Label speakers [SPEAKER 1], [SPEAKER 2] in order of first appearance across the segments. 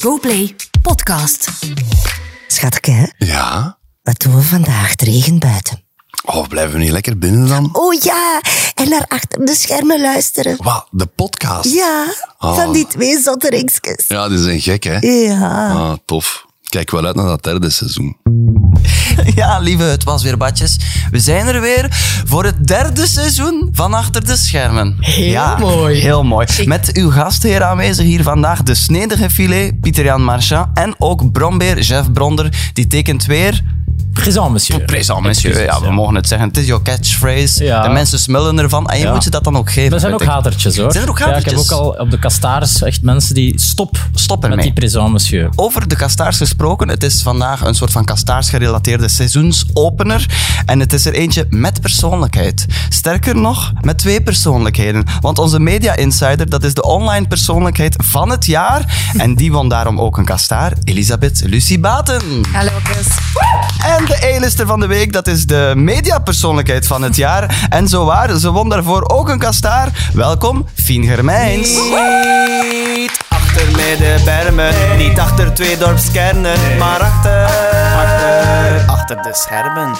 [SPEAKER 1] GoPlay podcast.
[SPEAKER 2] Schatke, hè?
[SPEAKER 3] Ja.
[SPEAKER 2] wat doen we vandaag? Het regent buiten.
[SPEAKER 3] Oh, blijven we niet lekker binnen dan?
[SPEAKER 2] Oh ja, en naar achter de schermen luisteren.
[SPEAKER 3] Wat, de podcast?
[SPEAKER 2] Ja,
[SPEAKER 3] Ah.
[SPEAKER 2] van die twee zotteringsjes.
[SPEAKER 3] Ja, die zijn gek, hè?
[SPEAKER 2] Ja.
[SPEAKER 3] Ah, tof. Kijk wel uit naar dat derde seizoen.
[SPEAKER 4] Ja, lieve, het was weer Badjes. We zijn er weer voor het derde seizoen van Achter de Schermen. Heel mooi. Heel mooi. Met uw gastheer aanwezig hier vandaag, de snedige filet, Pieter-Jan Marchand. En ook Brombeer, Jeff Bronder, die tekent weer...
[SPEAKER 5] Présent, monsieur.
[SPEAKER 4] Présent, monsieur. Ja, we mogen het zeggen. Het is jouw catchphrase.
[SPEAKER 5] Ja.
[SPEAKER 4] De mensen smullen ervan. En je
[SPEAKER 5] Ja.
[SPEAKER 4] moet ze dat dan ook geven.
[SPEAKER 5] Er zijn ook
[SPEAKER 4] vind ik.
[SPEAKER 5] hatertjes hoor.
[SPEAKER 4] Zijn er ook
[SPEAKER 5] Ja, ik heb
[SPEAKER 4] hatertjes?
[SPEAKER 5] ook al op de kastaars echt mensen die stop,
[SPEAKER 4] Stop
[SPEAKER 5] met
[SPEAKER 4] ermee.
[SPEAKER 5] die présent, monsieur.
[SPEAKER 4] Over de kastaars gesproken, het is vandaag een soort van kastaars-gerelateerde seizoensopener. En het is er eentje met persoonlijkheid. Sterker nog, met twee persoonlijkheden. Want onze media insider, dat is de online persoonlijkheid van het jaar. En die won daarom ook een kastaar, Elisabeth Lucie Baten.
[SPEAKER 1] Hallo Chris.
[SPEAKER 4] En de A-lister van de week, dat is de mediapersoonlijkheid van het jaar. En zowaar, ze won daarvoor ook een kastaar. Welkom, Fien Germijns. Niet achter middenbermen, niet achter twee dorpskernen, maar achter, achter, de schermen.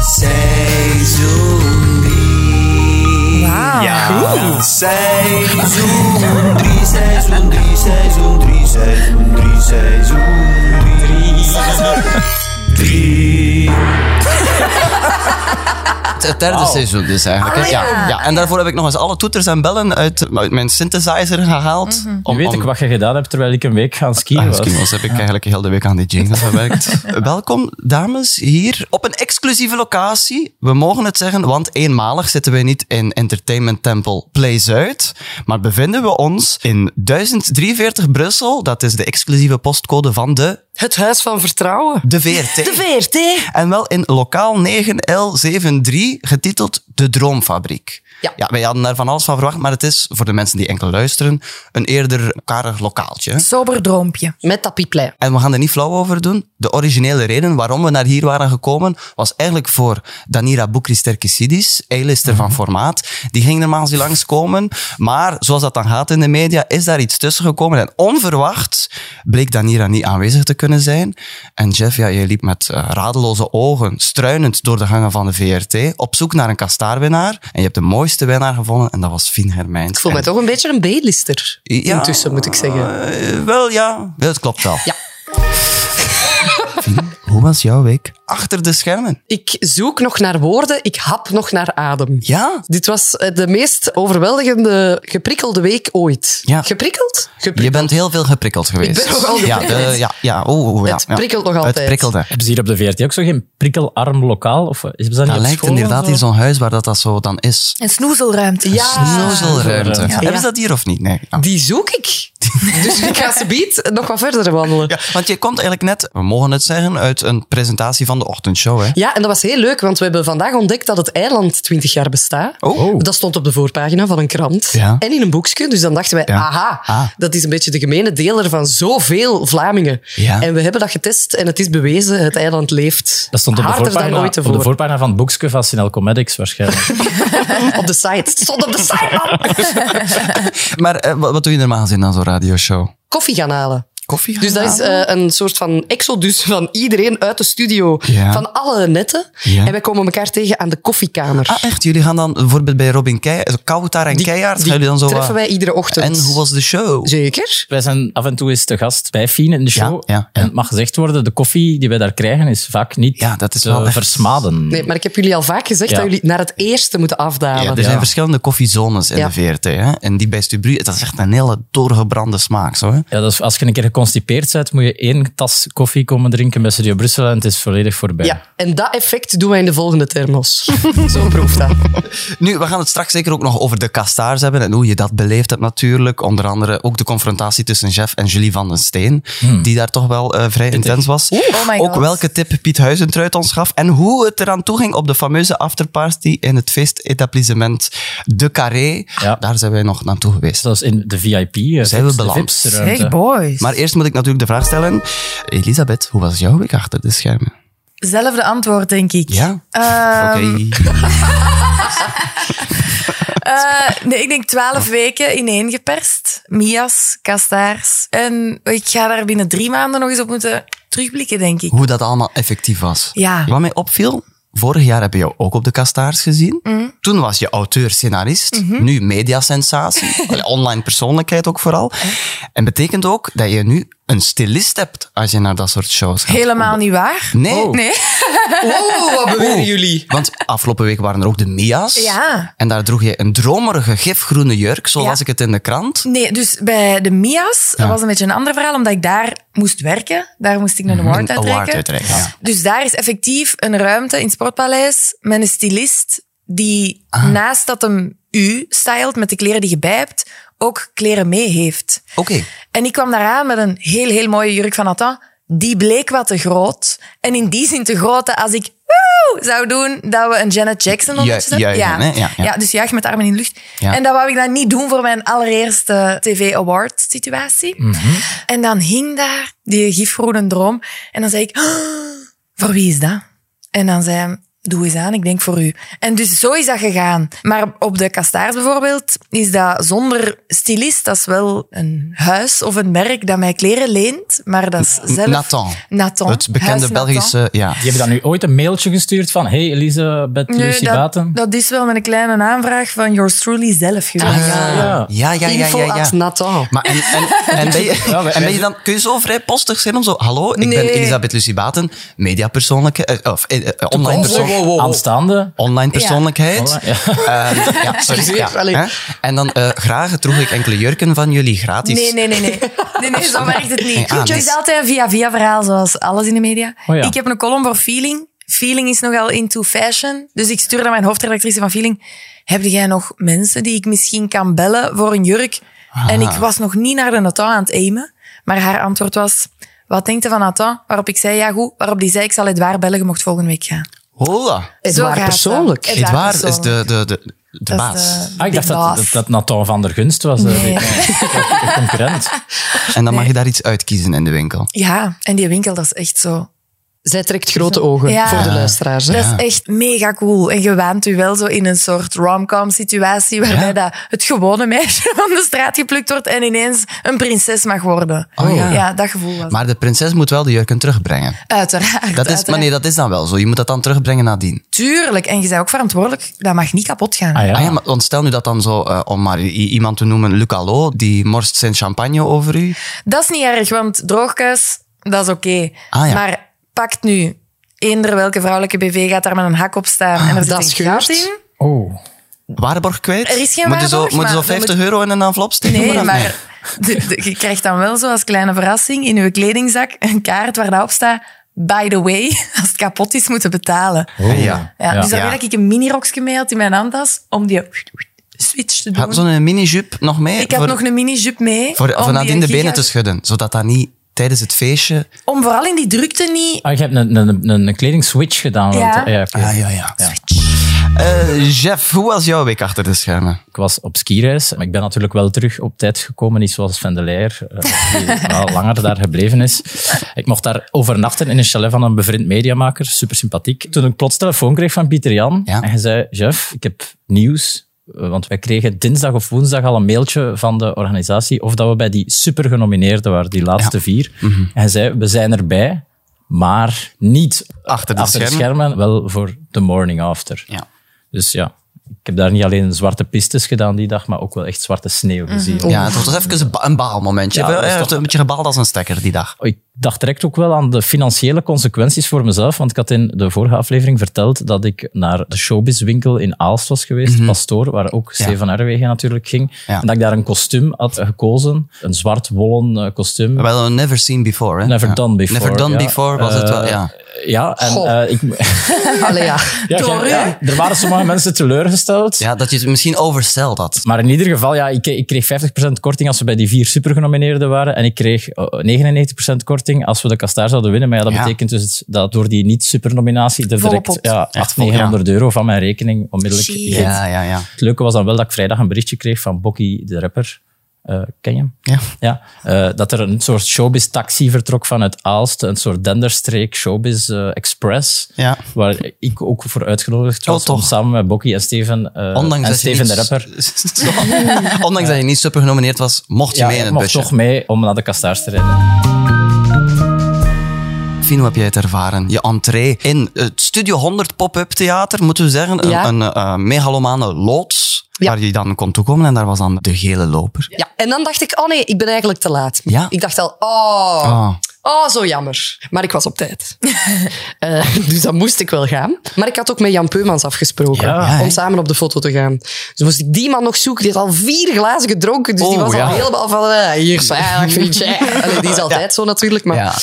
[SPEAKER 4] Seizoen 3.
[SPEAKER 1] Wauw.
[SPEAKER 4] Ja, seizoen 3, seizoen 3, seizoen 3, seizoen 3, seizoen 3. Het derde seizoen dus eigenlijk. hè? ja. Ja. En daarvoor heb ik nog eens alle toeters en bellen uit, uit mijn synthesizer gehaald.
[SPEAKER 5] Nu weet ik wat je gedaan hebt terwijl ik een week gaan
[SPEAKER 4] Ah,
[SPEAKER 5] skiën was.
[SPEAKER 4] Eskimos heb ik eigenlijk heel de week aan die jingle gewerkt. Welkom, dames, hier op een exclusieve locatie. We mogen het zeggen, want eenmalig zitten we niet in Entertainment Temple Play Zuid, maar bevinden we ons in 1043 Brussel. Dat is de exclusieve postcode van de,
[SPEAKER 6] Het Huis van Vertrouwen.
[SPEAKER 4] de VRT.
[SPEAKER 2] De VRT.
[SPEAKER 4] En wel in lokaal 9L73, getiteld De Droomfabriek.
[SPEAKER 6] Ja.
[SPEAKER 4] wij hadden daar van alles van verwacht, maar het is, voor de mensen die enkel luisteren, een eerder karig lokaaltje.
[SPEAKER 1] Sober droompje.
[SPEAKER 6] Met tapiplei.
[SPEAKER 4] En we gaan er niet flauw over doen. De originele reden waarom we naar hier waren gekomen, was eigenlijk voor Danira Boukris Terkisidis, A-lister
[SPEAKER 6] Mhm.
[SPEAKER 4] van formaat. Die ging normaal eens hier langskomen. Maar zoals dat dan gaat in de media, is daar iets tussen gekomen. En onverwacht bleek Danira niet aanwezig te kunnen zijn. En Jeff, ja, je liep met eh, radeloze ogen, struinend door de gangen van de VRT, op zoek naar een kastaarwinnaar. En je hebt de mooiste winnaar gevonden, en dat was Fien Hermijns.
[SPEAKER 6] Ik voel me
[SPEAKER 4] En-
[SPEAKER 6] toch een beetje een B-lister.
[SPEAKER 4] Ja.
[SPEAKER 6] Intussen, moet ik zeggen.
[SPEAKER 4] Eh, wel, ja. Ja, Het klopt wel.
[SPEAKER 6] Ja.
[SPEAKER 4] Fien, hoe was jouw week? Achter de schermen.
[SPEAKER 6] Ik zoek nog naar woorden, ik hap nog naar adem.
[SPEAKER 4] Ja?
[SPEAKER 6] Dit was eh, de meest overweldigende geprikkelde week ooit.
[SPEAKER 4] Ja.
[SPEAKER 6] Geprikkeld? Geprikkeld.
[SPEAKER 4] Je bent heel veel geprikkeld geweest.
[SPEAKER 6] ben nogal
[SPEAKER 4] ja,
[SPEAKER 6] geprikkeld.
[SPEAKER 4] de- ja, ja, oeh, oeh, ja,
[SPEAKER 6] Het
[SPEAKER 4] ja.
[SPEAKER 6] prikkelt nog altijd.
[SPEAKER 4] Het prikkelde.
[SPEAKER 5] Hebben ze hier op de VRT ook zo geen prikkelarm lokaal? Of eh, is dat niet
[SPEAKER 4] Dat
[SPEAKER 5] op
[SPEAKER 4] lijkt
[SPEAKER 5] school en
[SPEAKER 4] inderdaad
[SPEAKER 5] zo?
[SPEAKER 4] in zo'n huis waar dat, dat zo dan is.
[SPEAKER 1] Een snoezelruimte.
[SPEAKER 4] Snoezelruimte.
[SPEAKER 5] Ja.
[SPEAKER 4] Hebben ze dat hier of niet? Nee. Nou. ja.
[SPEAKER 6] Die zoek ik. dus ik ga ze biedt nog wat verder wandelen.
[SPEAKER 4] Ja, want je komt eigenlijk net, we mogen het zeggen, uit een presentatie van de ochtendshow. Hè?
[SPEAKER 6] Ja, en dat was heel leuk, want we hebben vandaag ontdekt dat het eiland 20 jaar bestaat.
[SPEAKER 4] Oh.
[SPEAKER 6] Dat stond op de voorpagina van een krant
[SPEAKER 4] Ja.
[SPEAKER 6] en in een boekje. Dus dan dachten wij,
[SPEAKER 4] Ja.
[SPEAKER 6] aha,
[SPEAKER 4] Ah.
[SPEAKER 6] dat is een beetje de gemene deler van zoveel Vlamingen.
[SPEAKER 4] Ja.
[SPEAKER 6] En we hebben dat getest en het is bewezen, het eiland leeft
[SPEAKER 5] Dat stond op de,
[SPEAKER 6] harder dan
[SPEAKER 5] voorpagina,
[SPEAKER 6] ooit
[SPEAKER 5] op de
[SPEAKER 6] tevoren. Op
[SPEAKER 5] voorpagina van het boekje van Sinel Comedics waarschijnlijk.
[SPEAKER 6] de, site. Het stond op de site, man.
[SPEAKER 4] Maar eh, wat, wat doe je normaal gezien aan zo'n radioshow?
[SPEAKER 6] Koffie gaan halen.
[SPEAKER 4] Koffie gaan
[SPEAKER 6] Dus dat is
[SPEAKER 4] halen?
[SPEAKER 6] eh, een soort van exodus van iedereen uit de studio.
[SPEAKER 4] Ja.
[SPEAKER 6] Van alle netten.
[SPEAKER 4] Ja.
[SPEAKER 6] En wij komen elkaar tegen aan de koffiekamer.
[SPEAKER 4] Ah, echt? Jullie gaan dan bijvoorbeeld bij Robin Keijers, Kouwtaar en Keijaard, gaan
[SPEAKER 6] die
[SPEAKER 4] jullie dan zo... eh,
[SPEAKER 6] treffen wij iedere ochtend.
[SPEAKER 4] En hoe was de show?
[SPEAKER 6] Zeker.
[SPEAKER 5] Wij zijn af en toe eens te gast bij Fien in de show.
[SPEAKER 4] Ja, ja, ja.
[SPEAKER 5] En het mag gezegd worden, de koffie die wij daar krijgen is vaak niet
[SPEAKER 4] Ja, dat is
[SPEAKER 5] te
[SPEAKER 4] wel echt-
[SPEAKER 5] versmaden.
[SPEAKER 6] Nee, maar ik heb jullie al vaak gezegd
[SPEAKER 5] Ja.
[SPEAKER 6] dat jullie naar het eerste moeten afdalen.
[SPEAKER 4] Ja, er zijn verschillende koffiezones in
[SPEAKER 6] Ja.
[SPEAKER 4] de VRT. Hè? En die bij Stubru, dat is echt een hele doorgebrande smaak. Zo, hè?
[SPEAKER 5] Ja, dat is, als je een keer geconstipeerd bent, moet je één tas koffie komen drinken bij Studio Brussel en het is volledig voorbij.
[SPEAKER 6] Ja, en dat effect doen wij in de volgende thermos. Zo proeft dat.
[SPEAKER 4] Nu, we gaan het straks zeker ook nog over de kastaars hebben en hoe je dat beleefd hebt natuurlijk. Onder andere ook de confrontatie tussen Jeff en Julie van den Steen, die daar toch wel eh, vrij intens was.
[SPEAKER 1] Oh my
[SPEAKER 4] ook
[SPEAKER 1] God.
[SPEAKER 4] welke tip Piet Huizentruid ons gaf en hoe het eraan toe ging op de fameuze afterparty in het feestetablissement De Carré.
[SPEAKER 5] Ja.
[SPEAKER 4] Daar zijn wij nog naartoe geweest.
[SPEAKER 5] Dus Dat is in de VIP. eh,
[SPEAKER 4] Zijn we
[SPEAKER 5] vips- de
[SPEAKER 4] beland?
[SPEAKER 5] vipsruimte.
[SPEAKER 1] Hey boys.
[SPEAKER 4] Maar eerst moet ik natuurlijk de vraag stellen, Elisabeth, hoe was jouw week achter de schermen?
[SPEAKER 7] Ehm,
[SPEAKER 1] Zelfde antwoord, denk ik.
[SPEAKER 4] Ja?
[SPEAKER 1] Ehm,
[SPEAKER 4] Oké.
[SPEAKER 7] Eh, nee, ik denk twaalf weken ineengeperst. Mias, kastaars. En ik ga daar binnen drie maanden nog eens op moeten terugblikken, denk ik.
[SPEAKER 4] Hoe dat allemaal effectief was.
[SPEAKER 7] Ja.
[SPEAKER 4] Wat mij opviel, vorig jaar heb je jou ook op de Kastaars gezien.
[SPEAKER 7] Mhm.
[SPEAKER 4] Toen was je auteur-scenarist, nu mediasensatie, Allee, online persoonlijkheid ook vooral. En betekent ook dat je nu een stylist hebt als je naar dat soort shows gaat.
[SPEAKER 7] Helemaal niet waar.
[SPEAKER 4] Nee.
[SPEAKER 7] Nee.
[SPEAKER 6] Oh, wat beweren jullie?
[SPEAKER 4] Want afgelopen week waren er ook de Mia's.
[SPEAKER 7] Ja.
[SPEAKER 4] En daar droeg je een dromerige gifgroene jurk, zo
[SPEAKER 7] Ja.
[SPEAKER 4] las ik het in de krant.
[SPEAKER 7] Nee, dus bij de Mia's dat was een beetje een ander verhaal, omdat ik daar moest werken. Daar moest ik een award
[SPEAKER 4] Mhm. Een
[SPEAKER 7] uitreiken.
[SPEAKER 4] award uitreiken, ja.
[SPEAKER 7] Dus daar is effectief een ruimte in het Sportpaleis met een stylist die
[SPEAKER 4] Ah.
[SPEAKER 7] naast dat hem u stylt met de kleren die je bij hebt, ook kleren mee heeft.
[SPEAKER 4] Oké.
[SPEAKER 7] En ik kwam daaraan met een heel, heel mooie jurk van Nathan. Die bleek wat te groot. En in die zin te groot dat als ik woe zou doen, dat we een Janet Jackson ondertussen
[SPEAKER 4] Ju-
[SPEAKER 7] hebben.
[SPEAKER 4] juichen, hè? Ja, ja.
[SPEAKER 7] dus juich met de armen in de lucht.
[SPEAKER 4] Ja.
[SPEAKER 7] En dat wou ik dan niet doen voor mijn allereerste TV Award situatie.
[SPEAKER 4] Mhm.
[SPEAKER 7] En dan hing daar die gifgroene droom. En dan zei ik, "Oh, voor wie is dat? En dan zei hij, doe eens aan, ik denk voor u. En dus zo is dat gegaan. Maar op de Kastaars bijvoorbeeld is dat zonder stylist, dat is wel een huis of een merk dat mij kleren leent, maar dat is zelf...
[SPEAKER 4] Nathan.
[SPEAKER 7] Nathan.
[SPEAKER 4] Het bekende
[SPEAKER 7] Huis Nathan.
[SPEAKER 4] Belgische... Ja.
[SPEAKER 5] Je hebt dan nu ooit een mailtje gestuurd van hey Elisabeth
[SPEAKER 7] Nee,
[SPEAKER 5] Lucie
[SPEAKER 7] dat,
[SPEAKER 5] Baten.
[SPEAKER 7] dat is wel met een kleine aanvraag van yours truly zelf geweest.
[SPEAKER 5] ja.
[SPEAKER 4] Ah, Ja, ja, ja, ja.
[SPEAKER 6] Info
[SPEAKER 4] ja.
[SPEAKER 6] at Nathan.
[SPEAKER 4] Maar en, en, en, ben je,
[SPEAKER 5] Ja, wij-
[SPEAKER 4] en ben je dan, kun je zo vrijpostig zijn om zo, hallo, ik ben
[SPEAKER 7] Nee.
[SPEAKER 4] Elisabeth Lucie Baten, mediapersoonlijke, eh, of eh, eh, online, persoon,
[SPEAKER 5] Toekomstig, Aanstaande.
[SPEAKER 4] online persoonlijkheid.
[SPEAKER 5] Voilà, ja.
[SPEAKER 4] Ehm, ja, sorry,
[SPEAKER 6] Excuseer,
[SPEAKER 4] ja,
[SPEAKER 6] allee.
[SPEAKER 4] hè? En dan eh, graag droeg ik enkele jurken van jullie gratis.
[SPEAKER 7] Nee, nee, nee, nee. Nee, nee, zo werkt het
[SPEAKER 4] Nee,
[SPEAKER 7] niet.
[SPEAKER 4] ah,
[SPEAKER 7] het
[SPEAKER 4] nee.
[SPEAKER 7] is altijd een via-via verhaal, zoals alles in de media.
[SPEAKER 5] Oh ja.
[SPEAKER 7] Ik heb een column voor Feeling. Feeling is nogal into fashion. Dus ik stuurde mijn hoofdredactrice van Feeling. Heb jij nog mensen die ik misschien kan bellen voor een jurk? En ik was nog niet naar de Nathan aan het aimen. Maar haar antwoord was... Wat denkt je van Nathan? Waarop ik zei, ja goed. Waarop die zei, ik zal Edouard bellen, je mocht volgende week gaan.
[SPEAKER 4] Hola.
[SPEAKER 7] Zo
[SPEAKER 6] Edouard
[SPEAKER 7] gaat dat.
[SPEAKER 6] persoonlijk.
[SPEAKER 7] Edouard
[SPEAKER 4] Edouard is
[SPEAKER 7] persoonlijk.
[SPEAKER 4] de, de, de, de
[SPEAKER 7] Dat
[SPEAKER 4] baas.
[SPEAKER 7] is de
[SPEAKER 5] Ah, ik dacht
[SPEAKER 7] big
[SPEAKER 5] dat, dat,
[SPEAKER 7] boss.
[SPEAKER 5] dat Nathan van der Gunst was. eh,
[SPEAKER 7] Nee.
[SPEAKER 5] de- de concurrent.
[SPEAKER 7] eh,
[SPEAKER 4] En dan mag je daar iets uitkiezen in de winkel.
[SPEAKER 7] Ja, en die winkel, dat is echt zo
[SPEAKER 6] Zij trekt grote ogen
[SPEAKER 7] Ja.
[SPEAKER 6] voor de luisteraars. Hè?
[SPEAKER 7] Dat is echt mega cool. En je waant u wel zo in een soort rom-com situatie waarbij dat het gewone meisje van de straat geplukt wordt en ineens een prinses mag worden.
[SPEAKER 4] Oh ja.
[SPEAKER 7] ja. dat gevoel was.
[SPEAKER 4] Maar de prinses moet wel de jurken terugbrengen.
[SPEAKER 7] uiteraard.
[SPEAKER 4] Dat is,
[SPEAKER 7] uiteraard.
[SPEAKER 4] maar nee, dat is dan wel zo. Je moet dat dan terugbrengen nadien.
[SPEAKER 7] Tuurlijk. En je bent ook verantwoordelijk. Dat mag niet kapot gaan.
[SPEAKER 5] Ah ja.
[SPEAKER 4] Ah ja, maar want stel nu dat dan zo, eh, om maar i- iemand te noemen, Luca Lo, die morst zijn champagne over u.
[SPEAKER 7] Dat is niet erg, want droogkuis, dat is oké.
[SPEAKER 4] Ah ja.
[SPEAKER 7] Maar pakt nu... Eender welke vrouwelijke BV gaat daar met een hak op staan
[SPEAKER 4] Ah,
[SPEAKER 7] en er zit
[SPEAKER 6] dat
[SPEAKER 7] een
[SPEAKER 6] scheurt.
[SPEAKER 7] gat in.
[SPEAKER 5] Oh.
[SPEAKER 4] Waarborg kwijt?
[SPEAKER 7] Er is geen
[SPEAKER 4] Moet je zo,
[SPEAKER 7] waarborg,
[SPEAKER 4] moet je zo
[SPEAKER 7] maar dan
[SPEAKER 4] 50 euro in een envelop steken?
[SPEAKER 7] Nee,
[SPEAKER 4] of
[SPEAKER 7] maar de- de- je krijgt dan wel zo als kleine verrassing in uw kledingzak een kaart waar daarop staat... By the way, als het kapot is, moeten betalen.
[SPEAKER 4] Ah, ja.
[SPEAKER 7] Ja,
[SPEAKER 5] Ja.
[SPEAKER 7] Dus dan
[SPEAKER 4] Ja.
[SPEAKER 7] heb ik een mini-rokje mee had in mijn handtas om die switch te
[SPEAKER 4] Had
[SPEAKER 7] doen.
[SPEAKER 4] zo'n mini-jupe nog mee?
[SPEAKER 7] ik had nog een mini-jupe mee.
[SPEAKER 4] Voor,
[SPEAKER 7] om
[SPEAKER 4] voor nadien
[SPEAKER 7] die
[SPEAKER 4] de benen
[SPEAKER 7] giga-
[SPEAKER 4] te schudden, zodat dat niet tijdens het feestje...
[SPEAKER 7] Om vooral in die drukte niet...
[SPEAKER 5] Ah, je hebt een, een, een, een kledingswitch gedaan. want- Ah,
[SPEAKER 7] Ja.
[SPEAKER 5] oké.
[SPEAKER 4] ja, ja. Eh, Jeff, hoe was jouw week achter de schermen?
[SPEAKER 5] Ik was op skireis, maar ik ben natuurlijk wel terug op tijd gekomen. Niet zoals Van de Leijer, eh, die wel langer daar gebleven is. Ik mocht daar overnachten in een chalet van een bevriend mediamaker. Super sympathiek. Toen ik plots telefoon kreeg van Pieter Jan.
[SPEAKER 4] Ja.
[SPEAKER 5] En hij zei, Jeff, ik heb nieuws. Eh, Want wij kregen dinsdag of woensdag al een mailtje van de organisatie of dat we bij die super genomineerden waren, die laatste vier.
[SPEAKER 4] Mhm.
[SPEAKER 5] En hij zei, we zijn erbij, maar niet
[SPEAKER 4] Achter de
[SPEAKER 5] achter
[SPEAKER 4] schermen.
[SPEAKER 5] de schermen, wel voor de morning after.
[SPEAKER 4] Ja.
[SPEAKER 5] Dus ja, ik heb daar niet alleen zwarte pistes gedaan die dag, maar ook wel echt zwarte sneeuw gezien.
[SPEAKER 4] Ja, het was dus even een, ba- een baalmomentje.
[SPEAKER 5] Ja,
[SPEAKER 4] Ja,
[SPEAKER 5] dat is toch-
[SPEAKER 4] een beetje gebaald als een stekker die dag.
[SPEAKER 5] Oh, Ik dacht direct ook wel aan de financiële consequenties voor mezelf, want ik had in de vorige aflevering verteld dat ik naar de showbizwinkel in Aalst was geweest, Pastoor, waar ook Stefan Erwegen natuurlijk ging,
[SPEAKER 4] Mhm. Ja.
[SPEAKER 5] en dat ik daar een kostuum had gekozen, een zwart wollen eh, kostuum.
[SPEAKER 4] Wel, never seen before, hè?
[SPEAKER 5] Never
[SPEAKER 4] Ja.
[SPEAKER 5] done before.
[SPEAKER 4] Never done
[SPEAKER 5] ja.
[SPEAKER 4] before was het wel,
[SPEAKER 5] Eh,
[SPEAKER 4] ja.
[SPEAKER 5] Ja, en
[SPEAKER 6] Goh.
[SPEAKER 5] eh, ik...
[SPEAKER 6] Allee, ja.
[SPEAKER 5] Ja,
[SPEAKER 7] Door
[SPEAKER 5] ja, er waren sommige mensen teleurgesteld.
[SPEAKER 4] Ja, dat je het misschien overstelt dat.
[SPEAKER 5] Maar in ieder geval, ja, ik, ik kreeg 50% korting als we bij die vier supergenomineerden waren. En ik kreeg eh, 99% korting als we de kastaar zouden winnen. Maar ja, dat
[SPEAKER 4] Ja.
[SPEAKER 5] betekent dus dat door die niet-supernominatie er
[SPEAKER 7] Volle
[SPEAKER 5] direct
[SPEAKER 7] pot.
[SPEAKER 5] ja,
[SPEAKER 4] Echt
[SPEAKER 5] 800,
[SPEAKER 4] vol, ja.
[SPEAKER 5] 900 euro van mijn rekening onmiddellijk
[SPEAKER 7] Shit.
[SPEAKER 5] in.
[SPEAKER 4] Ja, ja, ja.
[SPEAKER 5] Het leuke was dan wel dat ik vrijdag een berichtje kreeg van Bokkie de rapper. Eh, ken je hem?
[SPEAKER 4] Ja.
[SPEAKER 5] Ja, eh, dat er een soort showbiz-taxi vertrok vanuit Aalst, een soort denderstreek showbiz eh, express,
[SPEAKER 4] Ja.
[SPEAKER 5] waar ik ook voor uitgenodigd was
[SPEAKER 4] Oh, toch?
[SPEAKER 5] om samen met Bokkie en Steven, eh,
[SPEAKER 4] Ondanks
[SPEAKER 5] en
[SPEAKER 4] dat je
[SPEAKER 5] Steven de
[SPEAKER 4] niet-
[SPEAKER 5] rapper,
[SPEAKER 4] Zo. Ondanks dat je niet super genomineerd was, mocht je
[SPEAKER 5] ja,
[SPEAKER 4] mee in
[SPEAKER 5] ik
[SPEAKER 4] het
[SPEAKER 5] mocht
[SPEAKER 4] busje.
[SPEAKER 5] toch mee om naar de kastaars te rijden.
[SPEAKER 4] Fien, hoe heb jij het ervaren? Je entree in het Studio 100 pop-up theater, moeten we zeggen. Een,
[SPEAKER 6] Ja.
[SPEAKER 4] een eh, megalomane loods,
[SPEAKER 6] Ja.
[SPEAKER 4] waar je dan kon toekomen. En daar was dan de gele loper.
[SPEAKER 6] Ja, en dan dacht ik, oh nee, ik ben eigenlijk te laat.
[SPEAKER 4] Ja.
[SPEAKER 6] Ik dacht al, oh,
[SPEAKER 4] Ah.
[SPEAKER 6] oh, zo jammer. Maar ik was op tijd. Eh, dus dan moest ik wel gaan. Maar ik had ook met Jan Peumans afgesproken
[SPEAKER 5] Ja.
[SPEAKER 4] Ja, hè?
[SPEAKER 6] om samen op de foto te gaan. Dus moest ik die man nog zoeken. Die had al vier glazen gedronken, dus die
[SPEAKER 4] Oh,
[SPEAKER 6] was
[SPEAKER 4] ja.
[SPEAKER 6] al helemaal van, eh, hier, zalig, vriendje. Allee, die is altijd zo natuurlijk. Maar...
[SPEAKER 4] Ja.